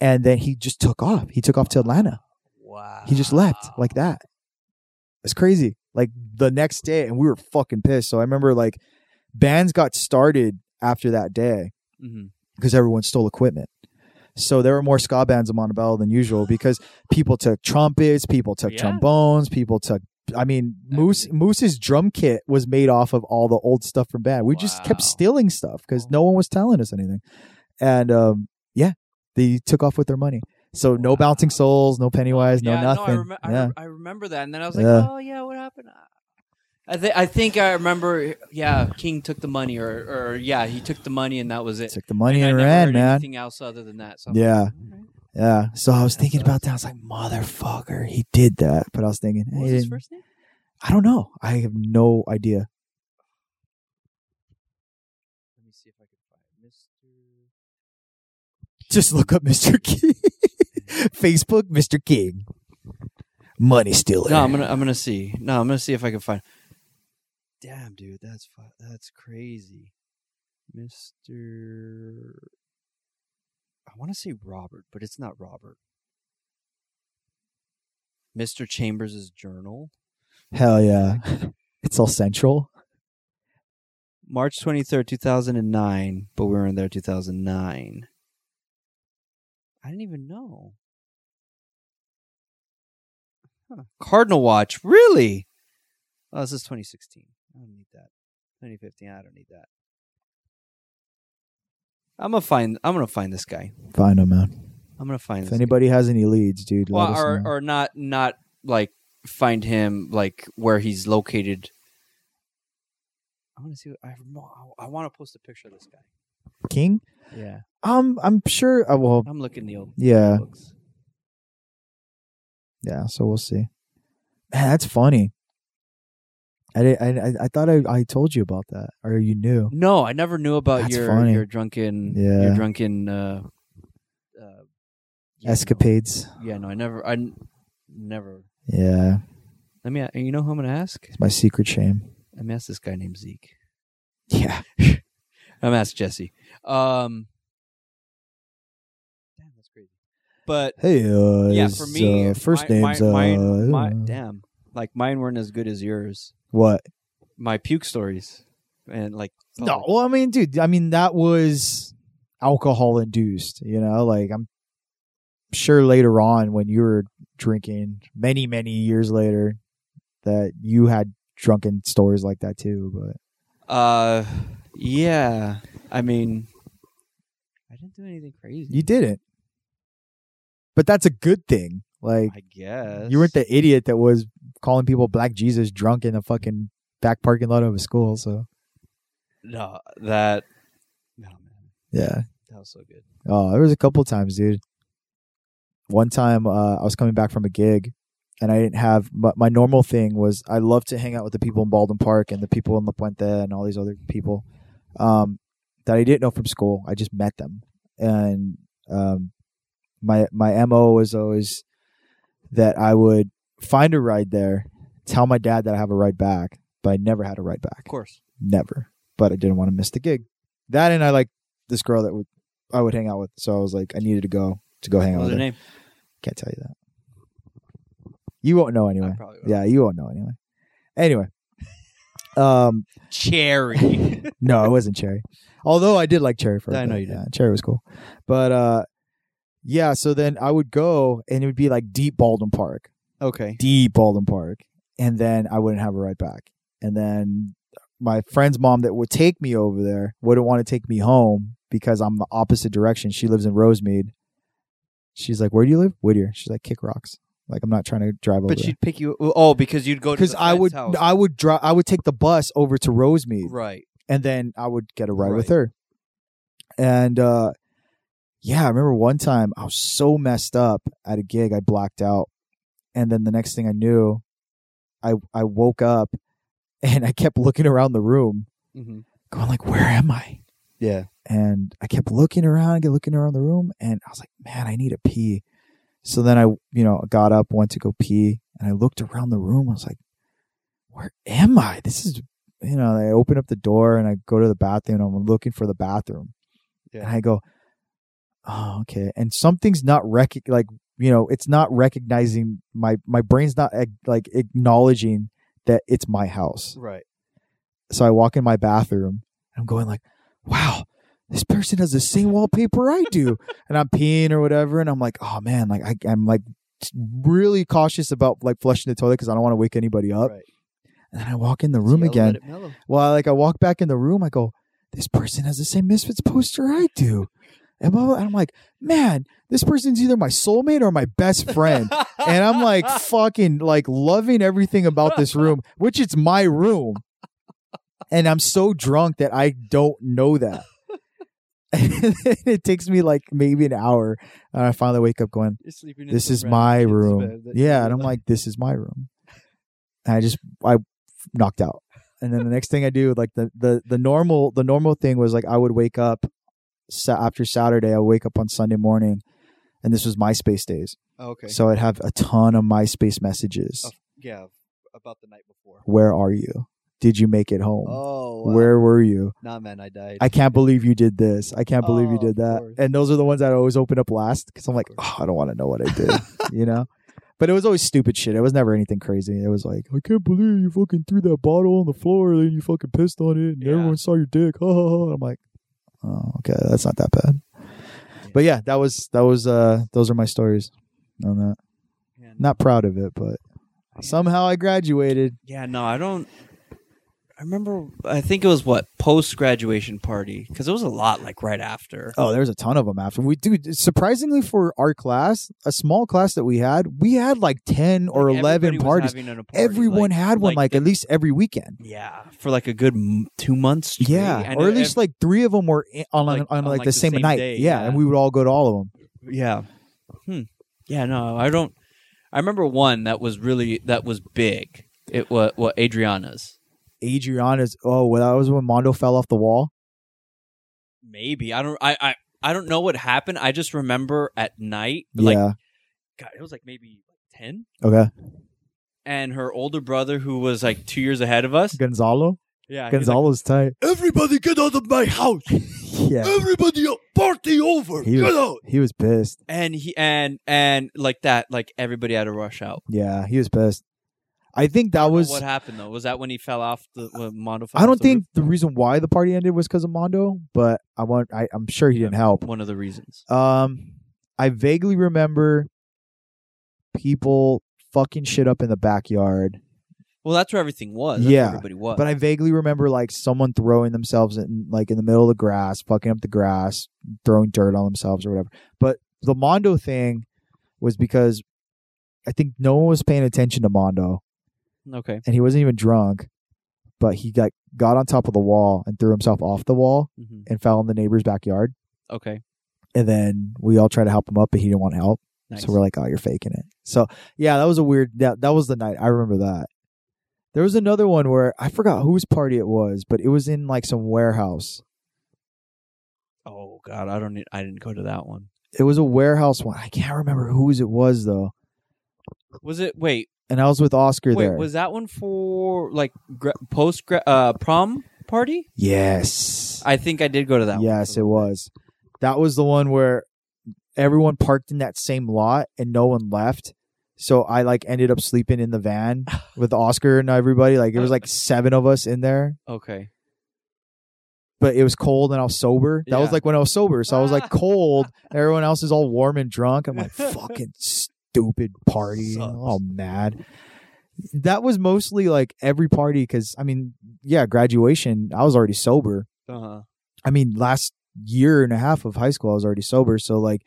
and then he just took off. He took off to Atlanta.
Wow.
He just left like that. It's crazy. Like the next day, and we were fucking pissed. So I remember like bands got started after that day
Mhm.
because everyone stole equipment. So there were more ska bands in Montebello than usual because people took trumpets, people took
Yeah.
trombones, people took. I mean, Moose Moose's drum kit was made off of all the old stuff from band. We just kept
Wow.
stealing stuff because no one was telling us anything, and um, yeah, they took off with their money. So no bouncing souls, no Pennywise, no
yeah, No, I,
nothing.
remem- I,
yeah,
rem- I remember that, and then I was like,
Yeah.
"Oh yeah, what happened?" Ah. I think I think I remember. Yeah, King took the money, or or yeah, he took the money, and that was it.
took the money
And I
and,
never
ran,
heard
man.
Anything else other than that? So I'm
Yeah.
like, "All right."
Yeah. So I was thinking about that. I was like, motherfucker, he did that. But I was thinking,
What
hey,
was his
didn't-
first name?
I don't know. I have no idea.
Let me see if I can find it. Mr.
Just look up Mr. King. Facebook, Mr. King. Money stealer.
No, I'm gonna I'm gonna see. No, I'm gonna see if I can find. Damn, dude, that's fu- that's crazy, Mister. I want to say Robert, but it's not Robert. Mister Chambers' journal,
Hell yeah. It's all central.
March twenty third, two thousand and nine. But we were in there two thousand nine. I didn't even know. Huh. Cardinal watch, really? Oh, this is 2016. I don't need that. 2015. I don't need that. I'm gonna find. I'm gonna find this guy.
Find him, man.
I'm gonna find
If
this.
anybody has any leads, dude,
Guy. Well,
let us
or
know.
or not not like find him like where he's located. I want to see. what- I remo- I want to post a picture of this guy.
King?
Yeah,
Um, I'm sure. Uh, well,
I'm looking the old
yeah.
books.
Yeah. So we'll see. Man, that's funny. I, did, I, I- I thought I, I told you about that or you knew.
No, I never knew about
That's
your
funny.
your drunken
Yeah.
your drunken uh, uh, yeah,
Escapades.
No, yeah, no, I never, I n- never.
Yeah.
Let me. You know who I'm gonna ask?
It's my secret shame.
I'm gonna ask this guy named Zeke.
Yeah.
I'm gonna ask Jesse. Um, damn, that's crazy. But
Hey, uh,
yeah,
his,
for me,
uh, first
my,
name's.
my,
uh,
mine- my-
uh,
damn, like mine weren't as good as yours.
what?
My puke stories and like
No, well, I mean, dude, I mean that was alcohol induced. You know, like I'm sure later on when you were drinking, many many years later, that you had drunken stories like that too. But
Uh, yeah. I mean, I didn't do anything crazy.
you didn't. But that's a good thing. Like
I guess
you weren't the idiot that was calling people Black Jesus drunk in the fucking back parking lot of a school. So
No, that. No, man,
yeah,
that was so good.
Oh, there was a couple times, dude. One time, uh, I was coming back from a gig, and I didn't have my, my normal thing was I love to hang out with the people in Baldwin Park and the people in La Puente and all these other people um, that I didn't know from school. I just met them, and um, my my mo was always that I would find a ride there, tell my dad that I have a ride back, but I never had a ride back.
Of course.
Never. But I didn't want to miss the gig. That and I like this girl that would I would hang out with. So I was like, I needed to go to go hang out
What was
with
her
her.
name?
Can't tell you that. You won't know anyway.
I probably won't.
Yeah, you won't know anyway. Anyway. Um
Cherry.
no, it wasn't Cherry. Although I did like Cherry for. a
Yeah, I know
bit.
you did.
Yeah, Cherry was cool, but uh, yeah. So then I would go, and it would be like deep Baldwin Park,
okay.
deep Baldwin Park, and then I wouldn't have a ride back. And then my friend's mom that would take me over there wouldn't want to take me home because I'm the opposite direction. She lives in Rosemead. She's like, "Where do you live? Whittier." She's like, "Kick rocks." Like I'm not trying to drive over
But she'd pick you. Oh, because you'd go to
because
the
I
friend's
would
house.
I would drive I would take the bus over to Rosemead
right.
and then I would get a ride with
Right.
her. And uh yeah, I remember one time I was so messed up at a gig, I blacked out. And then the next thing I knew, I I woke up and I kept looking around the room,
hmm
going like, "Where am I?"
Yeah.
And I kept looking around, kept looking around the room, and I was like, "Man, I need a pee." So then I, you know, got up, went to go pee, and I looked around the room. I was like, "Where am I? This is, you know." I open up the door and I go to the bathroom. And I'm looking for the bathroom, and I go, "Oh, okay." And something's not rec like you know, it's not recognizing my my brain's not ac- like acknowledging that it's my house.
Right.
So I walk in my bathroom. And I'm going like, wow, this person has the same wallpaper I do. and I'm peeing or whatever. And I'm like, oh man, like I, I'm like really cautious about like flushing the toilet because I don't want to wake anybody up.
Right.
And then I walk in the room
Yellow, let
again.
it mellow.
Well, like I walk back in the room, I go, this person has the same Misfits poster I do. And blah, blah, blah. And I'm like, man, this person's either my soulmate or my best friend. and I'm like fucking like loving everything about this room, which it's my room. And I'm so drunk that I don't know that. And it takes me like maybe an hour. And I finally wake up going,
You're sleeping in
This
the
is
random
my
kid's
room.
bed that you
Yeah. And I'm
love.
like, This is my room. And I just I knocked out. And then the next thing I do, like the the the normal the normal thing was like I would wake up sa- after Saturday, I would wake up on Sunday morning, and this was MySpace days.
okay. Oh.
So I'd have a ton of MySpace messages.
Of- yeah, about the night before.
Where are you? Did you make it home?
Oh, wow.
Where were you?
Nah, man, I died.
I can't believe you did this. I can't believe you
Oh,
did
of
that.
course.
And those are the ones that I always open up last because I'm
Of
like,
course.
oh, I don't want to know what I did, you know? But it was always stupid shit. It was never anything crazy. It was like, I can't believe you fucking threw that bottle on the floor and you fucking pissed on it and
Yeah.
everyone saw your dick. Ha ha ha. I'm like, oh, okay, that's not that bad. But yeah, that was that was uh those are my stories on that.
Yeah, no-
Not proud of it, but somehow I graduated.
yeah, no, I don't. I remember. I think it was what post graduation party because it was a lot like right after.
Oh, there was a ton of them after we dude. Surprisingly for our class, a small class that we had, we had like ten or
Like, everybody
eleven
was
parties.
having an- a party,
Everyone
like-
had one, like,
like
at least every weekend.
the- yeah, for like a good m- two months. straight.
Yeah,
And
or at
it-
least like three of them were in- on,
Like,
on, on like, the, same, night.
day,
yeah,
yeah.
and we would all go to all of them.
Yeah. Hmm. Yeah. No, I don't. I remember one that was really that was big. It was what Adriana's.
Adriana's. Oh, well, that was when Mondo fell off the wall.
Maybe I don't. I I I don't know what happened. I just remember at night. Like,
yeah.
God, it was like maybe ten.
Okay.
And her older brother, who was like two years ahead of us.
Gonzalo.
Yeah. he's like,
Gonzalo's tight.
Everybody get out of my house!
Yeah.
Everybody
uh,
party over!
He
get
was-
out!
He was pissed.
and he and and like that, like everybody had to rush out.
Yeah, he was pissed. I think that
Well,
was.
what happened though? Was that when he fell off the when Mondo? Fell
I
off
don't
the
think the reason why the party ended was because of Mondo, but I want I, I'm sure he didn't help.
roof? one of the reasons.
Um, I vaguely remember people fucking shit up in the backyard,
Well, that's where everything was. That's where
Yeah,
everybody was.
but I vaguely remember like someone throwing themselves in like in the middle of the grass, fucking up the grass, throwing dirt on themselves or whatever. But the Mondo thing was because I think no one was paying attention to Mondo,
okay.
and he wasn't even drunk, but he got got on top of the wall and threw himself off the wall
hmm
and fell in the neighbor's backyard.
Okay.
And then we all tried to help him up, but he didn't want help.
Nice.
So we're like, oh, you're faking it. So yeah, that was a weird. That that was the night. I remember that. There was another one where I forgot whose party it was, but it was in like some warehouse.
oh God, I don't. Need, I didn't go to that one.
It was a warehouse one. I can't remember whose it was though.
Was it? Wait,
and I was with Oscar
wait.
there.
Was that one for like gra- post gra- uh, prom party?
yes,
I think I did go to that. one.
yes, it was. That was the one where everyone parked in that same lot and no one left. So I like ended up sleeping in the van with Oscar and everybody. Like it was like seven of us in there,
Okay.
but it was cold and I was sober. That was
Yeah.
like when I was sober, so I was like cold. Everyone else is all warm and drunk. I'm like fucking stupid party,
Sucks.
all mad. That was mostly like every party because I mean, yeah, graduation. I was already sober,
Uh huh.
I mean, last year and a half of high school, I was already sober. So like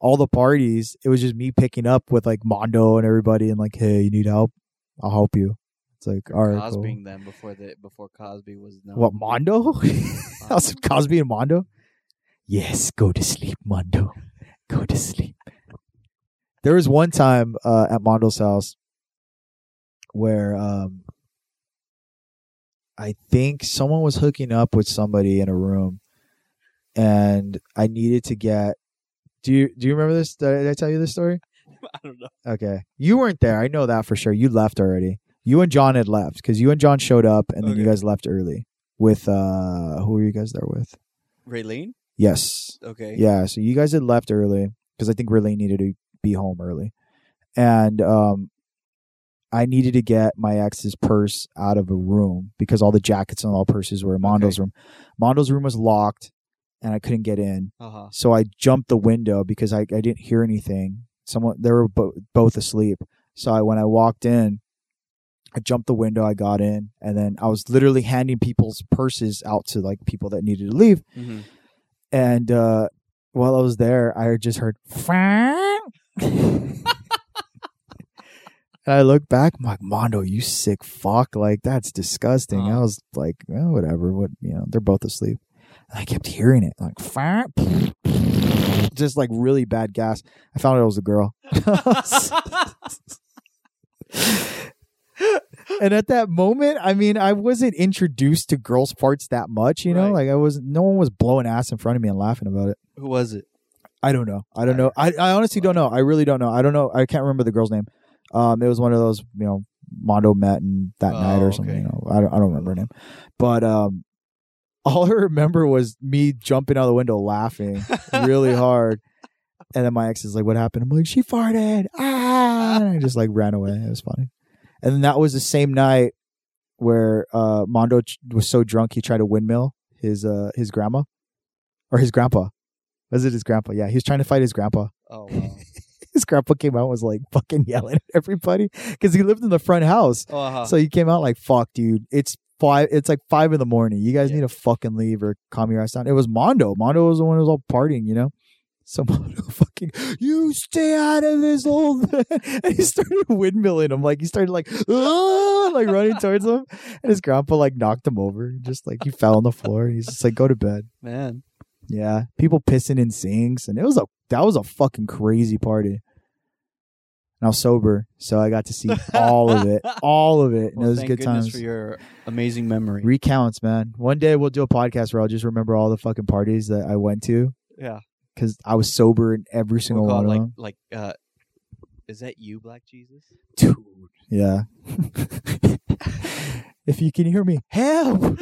all the parties, it was just me picking up with like Mondo and everybody, and like, hey, you need help? I'll help you. It's like, all right, cool.
Cosbying them before the before Cosby was known. Uh-huh.
What Mondo? That was Cosby and Mondo. Yes, go to sleep, Mondo. Go to sleep. There was one time uh, at Mondo's house where um, I think someone was hooking up with somebody in a room, and I needed to get. Do you do you remember this? Did I- did I tell you this story?
I don't know.
Okay, you weren't there. I know that for sure. You left already. You and John had left because you and John showed up, and then you
Okay.
guys left early with uh who were you guys there with?
Raylene.
Yes.
Okay.
Yeah. So you guys had left early because I think Riley needed to be home early. And um, I needed to get my ex's purse out of a room because all the jackets and all purses were in Mondo's room. Mondo's room was locked and I couldn't get in.
Uh huh.
So I jumped the window because I, I didn't hear anything. Someone they were bo- both asleep. So I when I walked in, I jumped the window. I got in, and then I was literally handing people's purses out to like people that needed to leave.
hmm
And uh, while I was there, I just heard. "Fwang." and I looked back, I'm like, Mondo, you sick fuck. Like, that's disgusting.
Huh.
I was like, "Eh, whatever. What, you know, they're both asleep. And I kept hearing it, like, "Fwang," just like really bad gas. I found out it was a girl. and at that moment, I mean, I wasn't introduced to girls' parts that much, you know,
Right.
like I was, no one was blowing ass in front of me and laughing about it.
Who was it?
I don't know. I don't know. I, I honestly don't know. I really don't know. I don't know. I can't remember the girl's name. Um, it was one of those, you know, Mondo met and that
Oh,
night or something.
okay.
You know, I don't, I don't remember her name, but um, all I remember was me jumping out the window laughing really hard, and then my ex is like, "What happened?" I'm like, "She farted!" Ah, and I just like ran away. It was funny, and then that was the same night where uh, Mondo ch- was so drunk he tried to windmill his uh his grandma or his grandpa. Was it his grandpa? Yeah, he was trying to fight his grandpa
Oh wow.
his grandpa came out and was like fucking yelling at everybody because he lived in the front house.
Oh, uh-huh.
So he came out like, "Fuck, dude, it's five. It's like five in the morning. You guys
Yeah.
need to fucking leave or calm your ass down." It was Mondo. Mondo was the one who was all partying, you know. So Mondo fucking, you stay out of this old. man." and he started windmilling him, like he started like, "Ah," like running towards him, and his grandpa like knocked him over, just like he fell on the floor. He's just like, "Go to bed."
man.
Yeah, people pissing in sinks, and it was a that was a fucking crazy party. And I was sober, so I got to see all of it, all of it, and
Well,
it was
thank
good
goodness
times.
for your amazing memory.
Recounts, man. One day we'll do a podcast where I'll just remember all the fucking parties that I went to
yeah.
because I was sober in every single
We're
one
called
of
like
them.
like uh, is that you, Black Jesus?
Dude, yeah. if you can hear me, help,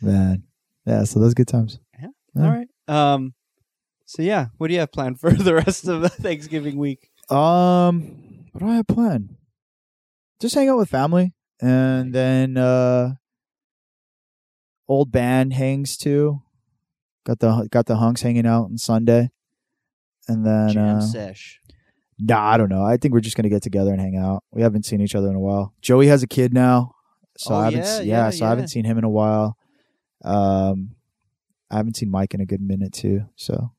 man. Yeah, so those good times. Yeah.
All right. Um. So yeah, what do you have planned for the rest of the Thanksgiving week?
Um, what do I have planned? Just hang out with family, and then uh, old band hangs too. Got the got the hunks hanging out on Sunday, and then
Jam
uh,
sesh.
nah, I don't know. I think we're just gonna get together and hang out. We haven't seen each other in a while. Joey has a kid now, so
Oh,
I haven't
yeah,
se-
yeah,
so I
yeah.
haven't seen him in a while. Um, I haven't seen Mike in a good minute too. So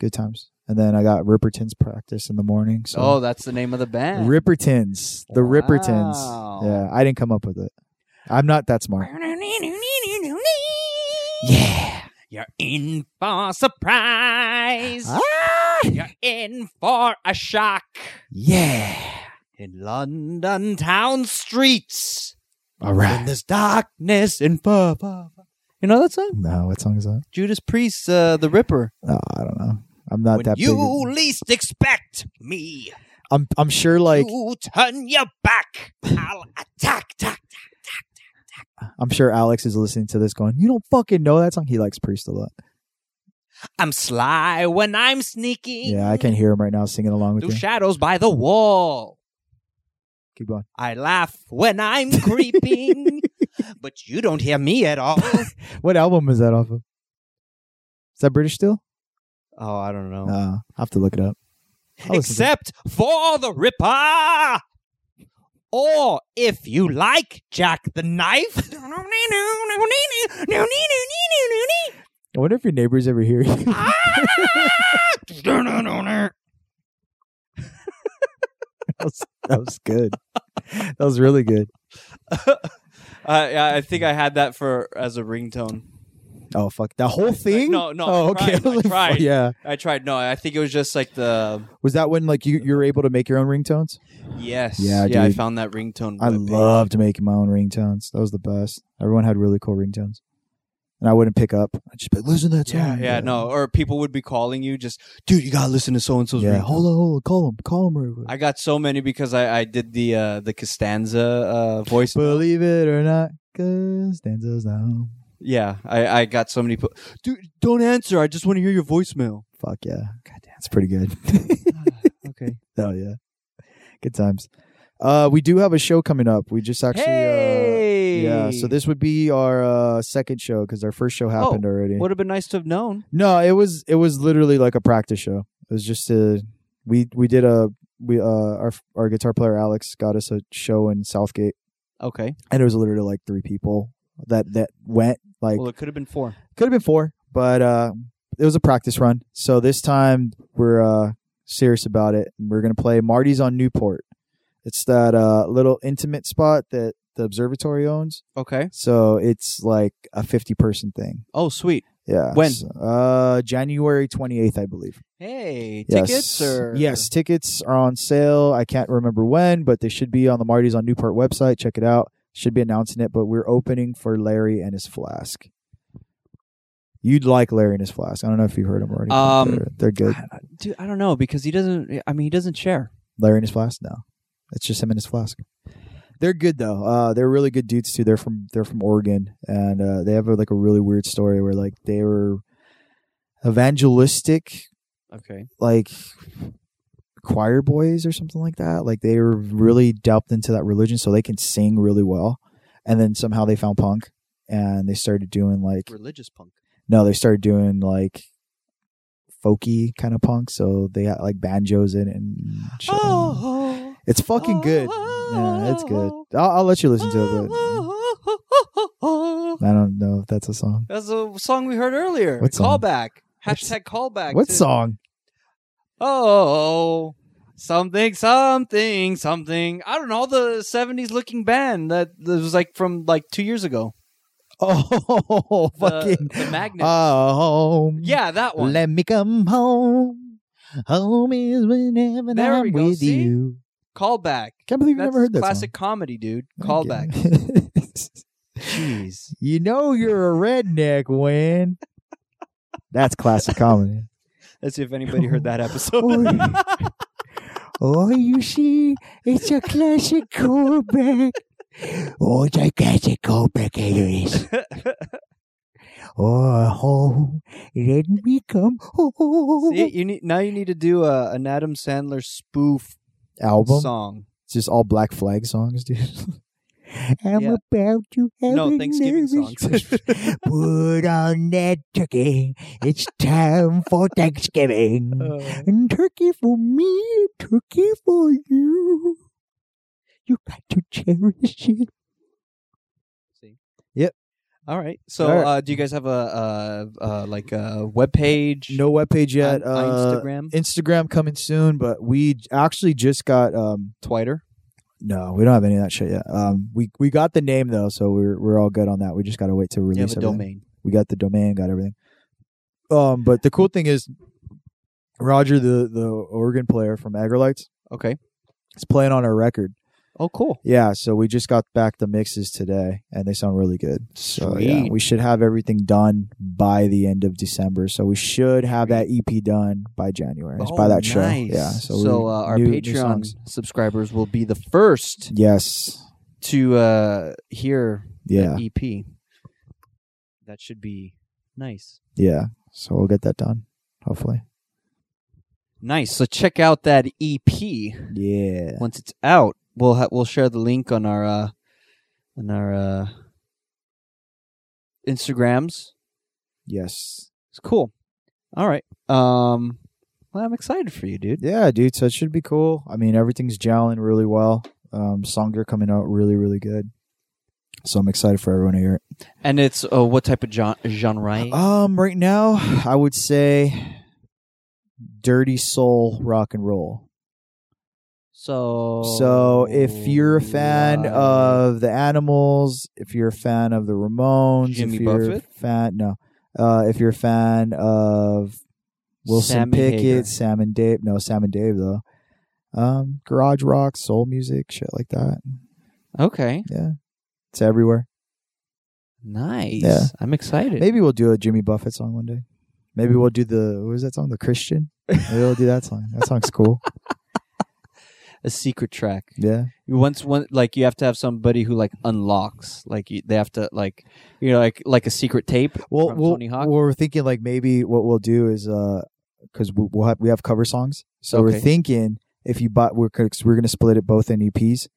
good times. And then I got Ripperton's practice in the morning. So
Oh, that's the name of the band.
Rippertons. The
Wow.
Rippertons. Yeah, I didn't come up with it. I'm not that smart. Yeah.
You're in for a surprise.
Ah,
You're in for a shock.
yeah.
In London town streets.
All
In
right.
this darkness and fur. fur, fur. You know that song?
No, what song is that?
Judas Priest, uh, The Ripper.
Oh, I don't know. I'm not
when
that
you
big.
least expect me.
I'm I'm sure like
you turn your back, I'll attack. Tack.
I'm sure Alex is listening to this going, You don't fucking know that song. He likes Priest a lot.
I'm sly when I'm sneaking.
Yeah, I can hear him right now singing along with
Through
you.
shadows by the wall.
Keep going.
I laugh when I'm creeping, but you don't hear me at all.
What album is that off of? Is that British still?
oh, I don't know.
Uh, I'll have to look it up. I'll listen to it.
Except for the Ripper. Or if you like Jack the Knife.
I wonder if your neighbors ever hear you.
Ah!
that, was, that was good. That was really good.
Uh, yeah, I think I had that for as a ringtone.
Oh fuck, that whole thing?
no, no,
Oh,
I
okay.
tried, I
was like,
tried.
Yeah.
I tried. No, I think it was just like the
Was that when like you you were able to make your own ringtones?
yes.
Yeah,
yeah. I
dude.
found that ringtone.
I
webpage.
loved making my own ringtones. That was the best. Everyone had really cool ringtones, and I wouldn't pick up. I'd just be like, "Listen to that
Yeah,
song."
yeah, no. Or people would be calling you, just dude, you gotta listen to so and so's
Yeah,
ringtone.
hold on, hold on, call him, call him real quick.
I got so many because I, I did the uh, the Costanza uh, voice.
Believe it or not, Costanza's now.
Yeah, I, I got so many. Po- Dude, don't answer. I just want to hear your voicemail.
Fuck yeah, goddamn, it's pretty good.
Ah, okay.
Hell yeah, good times. Uh, we do have a show coming up. We just actually, uh,
hey. Oh,
yeah. So this would be our uh, second show because our first show happened already.
would have been nice to have known.
No, it was it was literally like a practice show. It was just a we we did a we uh our our guitar player Alex got us a show in Southgate,
Okay.
and it was literally like three people that that went. Like
Well, it could have been four.
could have been four, but uh, it was a practice run. So this time we're uh serious about it. We're gonna play Marty's on Newport. It's that uh little intimate spot that the observatory owns.
Okay.
So it's like a fifty person thing.
Oh, sweet.
Yeah.
When?
So, uh, January twenty eighth, I believe.
Hey,
Yes.
tickets or
yes, tickets are on sale. I can't remember when, but they should be on the Marty's on Newport website. Check it out. Should be announcing it, but we're opening for Larry and his flask. You'd like Larry and his flask. I don't know if you heard him already. but
Um,
they're, they're good.
I- I- Dude, I don't know because he doesn't. I mean, he doesn't share.
Larry and his flask. No, it's just him and his flask. They're good though. Uh, they're really good dudes too. They're from they're from Oregon, and uh, they have like a really weird story where like they were evangelistic
Okay.
like choir boys or something like that. Like they were really delved into that religion, so they can sing really well. And then somehow they found punk, and they started doing like
Religious punk.
no, they started doing like folky kind of punk. So they had like banjos in it and shit.
Oh,
it's fucking good. Yeah, it's good. I'll, I'll let you listen to it, but I don't know if that's a song.
That's a song we heard earlier.
What song?
Callback.
What's-
Hashtag callback.
What
to-
song?
Oh, something, something, something. I don't know. The '70s looking band that, that was like from like two years ago.
Oh,
The-
fucking.
the magnet.
Oh,
yeah, that one.
Let me come home. Home is whenever
There we
I'm
go,
with
see?
you.
callback.
Can't believe you
That's
never heard that
classic comedy, dude.
song.
Callback.
Callback.
Jeez.
you know you're a redneck, Win. That's classic comedy.
Let's see if anybody heard that
Oh,
episode.
yeah. oh, you see, it's a classic callback.
Oh, it's a classic complicator is. oh, oh, let me come home.
See, you need now. You need to do a, an Adam Sandler spoof
Album.
song.
It's just all Black Flag songs, dude.
I'm
Yeah.
about to have
No,
a
Thanksgiving
nervous
songs.
break. Put on that turkey. It's time for Thanksgiving.
Oh.
And turkey for me, turkey for you. You got to cherish it.
All right. So,
All right.
Uh, do you guys have a, a, a like a web page?
No webpage yet.
on- on
Uh,
Instagram,
Instagram coming soon, but we actually just got um,
Twitter.
No, we don't have any of that shit yet. Um, we we got the name though, so we're we're all good on that. We just gotta wait to
You
release
have a
everything.
domain.
We got the domain, got everything. Um, but the cool thing is, Roger, the the organ player from Agrolites,
Okay.
is playing on our record.
Oh, cool.
Yeah, so we just got back the mixes today, and they sound really good. So yeah,
Sweet.
we should have everything done by the end of December. So we should have that EP done by January. It's by
Oh,
that show.
nice.
Yeah.
So,
So, we-
uh, our
new- new
Patreon
songs.
subscribers will be the first
Yes.
to uh, hear
Yeah.
the EP. That should be nice.
Yeah. So we'll get that done. Hopefully.
Nice. So check out that EP
Yeah.
once it's out. We'll ha- we'll share the link on our uh, on our uh, Instagrams.
Yes.
It's cool. All right. Um, well, I'm excited for you, dude.
Yeah, dude. So it should be cool. I mean, everything's gelling really well. Um, songs are coming out really, really good. So I'm excited for everyone to hear it.
And it's uh, what type of gen- genre?
Um, right now, I would say dirty soul rock and roll.
so,
so if you're a fan
right.
of the Animals, if you're a fan of the Ramones,
Jimmy
if you're a
Buffett?
fan no, uh, if you're a fan of Wilson
Sammy
Pickett,
Hagar.
Sam and Dave, no Sam and Dave though, um, garage rock, soul music, shit like that.
Okay.
It's everywhere.
Nice.
Yeah.
I'm excited.
Maybe we'll do a Jimmy Buffett song one day. Maybe we'll do the what was that song? The Christian. Maybe we'll do that song. That song's cool.
A secret track.
Yeah.
You once one like you have to have somebody who like unlocks. Like you, they have to like you know like like a secret tape
well,
from
we'll,
Tony Hawk.
we're thinking like maybe what we'll do is because we, we'll have we have cover songs, so
Okay.
we're thinking if you buy we're cause we're gonna split it both in EPs,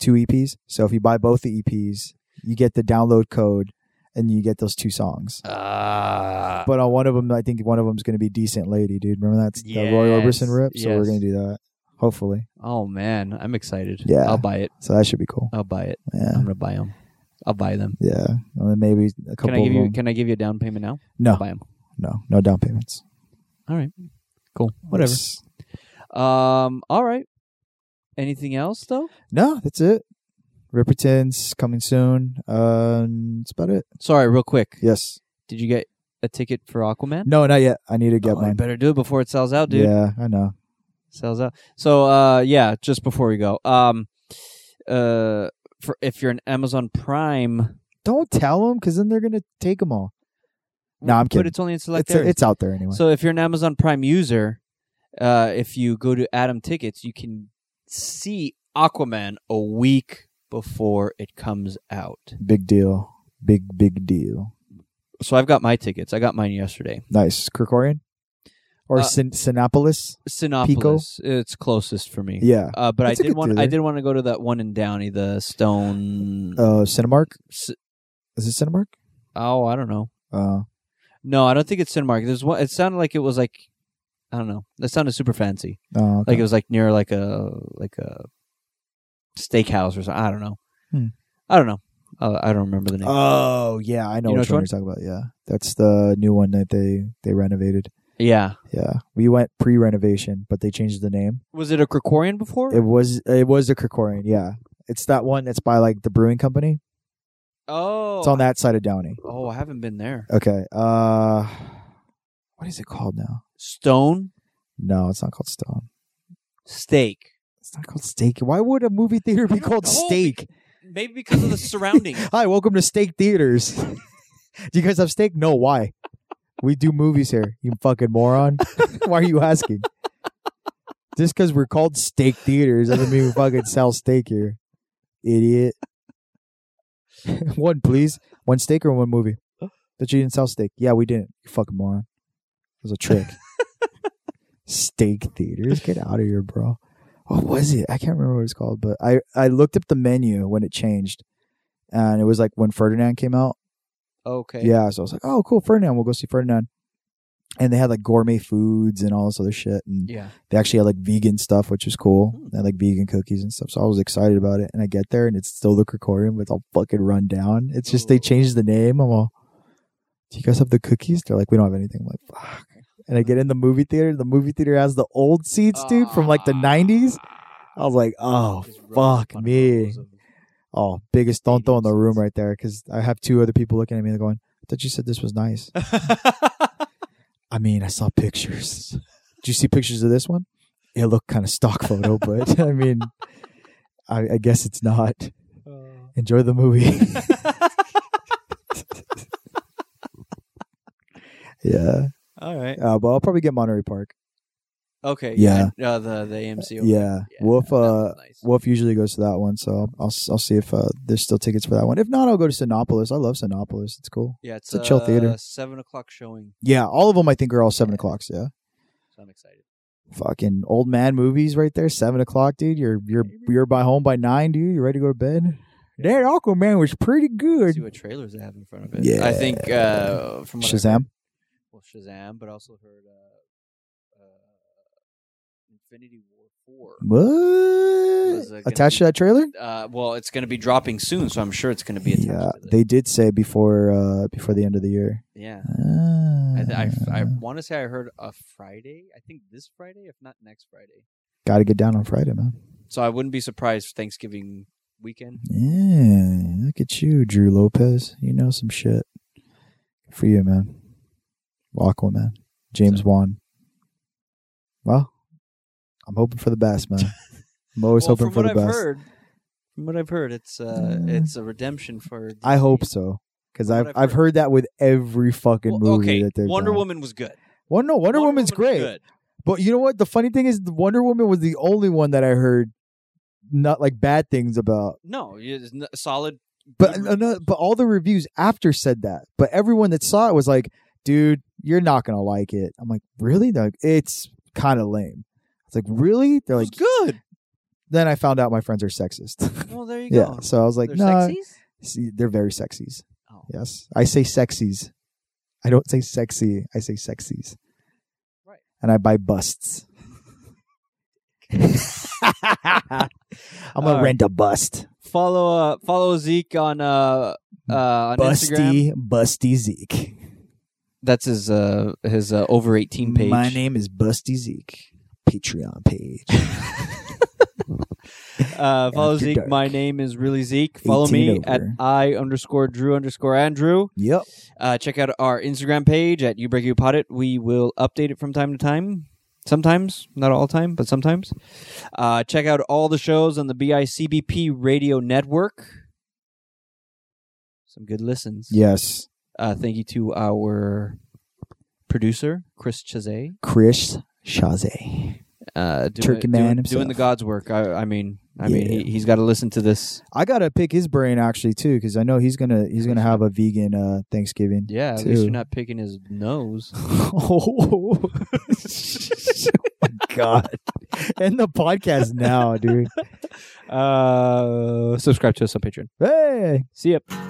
two EPs. So if you buy both the EPs, you get the download code and you get those two songs.
Ah.
But on one of them, I think one of them's gonna be "Decent Lady," dude. Remember that the Roy
Yes,
Orbison rip? So we're
yes.
gonna do that. Hopefully,
oh man, I'm excited.
Yeah.
I'll buy it.
so that should be cool.
I'll buy it.
Yeah,
I'm gonna buy them. I'll buy them.
yeah. And then maybe a
Can
couple.
I give
of
you
them.
Can I give you a down payment now? I'll
no,
buy them.
no, no down payments.
All right. Cool. Whatever.
It's-
Um. All right. Anything else though?
No, that's it. Ripperton's coming soon. Um, that's about it.
Sorry, real quick.
Yes.
Did you get a ticket for Aquaman?
No, not yet. I need to get
Oh, I
mine.
better do it before it sells out, dude.
Yeah, I know.
sells out. So uh yeah, just before we go. Um uh for if you're an Amazon Prime
Don't tell them because then they're gonna take them all. No, I'm
But
kidding.
it's only in select
It's,
areas.
it's out there anyway.
so if you're an Amazon Prime user, uh if you go to Adam Tickets, you can see Aquaman a week before it comes out.
big deal. Big big deal.
So I've got my tickets. I got mine yesterday.
Nice, Krikorian or
Uh,
Sin- Sinopolis.
Sinopolis, it's closest for me.
Yeah.
Uh, but I
That's a
did
good
want
deal
I
there.
did want to go to that one in Downey, the Stone.
Uh, Cinemark.
S-
Is it Cinemark?
oh, I don't know.
Uh,
No, I don't think it's Cinemark. There's one. It sounded like it was like I don't know. That sounded super fancy.
oh, okay.
Like it was like near like a like a steakhouse or something. I don't know.
Hmm.
I don't know. Uh, I don't remember the name.
oh yeah, I know,
You know
which
which
one you're talking about. Yeah, that's the new one that they they renovated.
yeah.
Yeah, we went pre-renovation, but they changed the name.
Was it a Krikorian before?
It was it was a Krikorian. Yeah, it's that one that's by like the brewing company.
oh.
It's on that side of Downey.
Oh, I haven't been there.
Okay. Uh, what is it called now?
Stone
No, it's not called Stone.
steak.
It's not called Steak. Why would a movie theater be called
know.
Steak?
Maybe because of the surroundings.
Hi, welcome to Steak Theaters. do you guys have steak? No. Why? We do movies here. You fucking moron. why are you asking? Just because we're called Steak Theaters doesn't mean we fucking sell steak here, idiot. one, please. One steak or one movie? That you didn't sell steak? Yeah, we didn't. You fucking moron. It was a trick. steak theaters? Get out of here, bro. What was it? I can't remember what it's called, but I, I looked up the menu when it changed. And it was like when Ferdinand came out.
okay.
Yeah, so I was like, oh, cool, Ferdinand. We'll go see Ferdinand. And they had like gourmet foods and all this other shit. And
Yeah.
they actually had like vegan stuff, which was cool.
Hmm.
They had like vegan cookies and stuff. So I was excited about it. And I get there and it's still the Krikorium, but it's all fucking run down. It's just they
Ooh.
changed the name. I'm all, do you guys have the cookies? They're like, we don't have anything. I'm like, fuck. And I get in the movie theater. The movie theater has the old seats, dude, from like the
Ah.
90s. I was like, oh,
Just rubbed
fuck
upon
me.
rows of-
Oh, biggest tonto in the room
seats.
right there. Cause I have two other people looking at me and going, I thought you said this was nice. I mean, I saw pictures. Did you see pictures of this one? It looked kind of stock photo, but I mean, I, I guess it's not. Enjoy the movie. yeah,
All right.
uh, but I'll probably get Monterey Park.
Okay. Uh, the the AMC.
Yeah,
over there.
Wolf.
that
Uh,
was nice.
Wolf usually goes to that one, so I'll I'll, s- I'll see if uh, there's still tickets for that one. If not, I'll go to Sinopolis. I love Sinopolis. It's cool.
yeah, it's,
it's a chill
uh,
theater.
Seven o'clock showing.
Yeah, all of them I think are all seven o'clocks. Yeah,
So I'm excited.
fucking old man movies right there. Seven o'clock, dude. You're you're you're by home by nine, dude. You're ready to go to bed. That Aquaman was pretty
See
good.
what trailers they have in front of it.
Yeah.
I think uh, from what I
Shazam.
heard- well, Shazam, but also heard uh, uh, Infinity War four. Was, uh,
What?
gonna
Attached
be-
to that trailer?
Uh, well, it's going to be dropping soon, so I'm sure it's going to be attached.
Yeah,
to the,
they did say before uh before the end of the year.
yeah. I, th-
Ah,
I, I want to say I heard a Friday. I think this Friday, if not next Friday.
Got to get down on Friday, man.
So I wouldn't be surprised Thanksgiving weekend.
Yeah, look at you, Drew Lopez. You know some shit. Good for you, man. Aquaman, James Wan. Well, I'm hoping for the best, man. I'm always
well, from
hoping for
what
the
I've
best.
heard, from what I've heard, it's uh,
Mm.
it's a redemption for.
I hope
DC.
so because
From what
I've
I've
I've
heard.
heard that with every fucking
Well,
movie
okay,
that they've
Wonder
done.
Woman was good.
Well, no, Wonder, Woman's great.
good.
But you know what? The funny thing is, Wonder Woman was the only one that I heard not like bad things about.
No, it's n- solid.
But
Good
uh, no, but all the reviews after said that. But everyone that saw it was like, "Dude, you're not gonna like it." I'm like, "Really? They're Like, it's kind of lame." It's like, "Really?" They're like,
It's good.
Then I found out my friends are sexist.
Well, there you
yeah,
go.
so I was like,
They're
"No,
sexies?
see, they're very sexies."
Oh.
Yes, I say sexies. I don't say sexy. I say sexies.
Right.
And I buy busts. I'm gonna
Alright.
rent a bust.
Follow uh, follow Zeke on uh, uh, on Instagram.
Busty, busty Zeke.
That's his uh, his uh, over eighteen page.
My name is Busty Zeke. Patreon page.
Uh, follow
After
Zeke.
dark.
My name is really Zeke. Follow
18
me
and
at
over.
I underscore Drew underscore Andrew.
yep.
Uh, check out our Instagram page at You Break You Pot It. We will update it from time to time. Sometimes, not all the time, but sometimes. Uh, check out all the shows on the BICBP Radio Network. Some good listens.
Yes.
Uh, thank you to our producer, Chris Chazet.
Chris Shaze.
Uh, doing,
Turkey man
doing,
himself.
doing the God's work. I, I mean, I mean,
Yeah.
he, he's got to listen to this.
I gotta pick his brain actually too, because I know he's gonna he's gonna have a vegan uh Thanksgiving.
Yeah, at
too.
least you're not picking his nose.
oh my god! End the podcast now, dude.
Uh, subscribe to us on Patreon.
Hey.
See ya.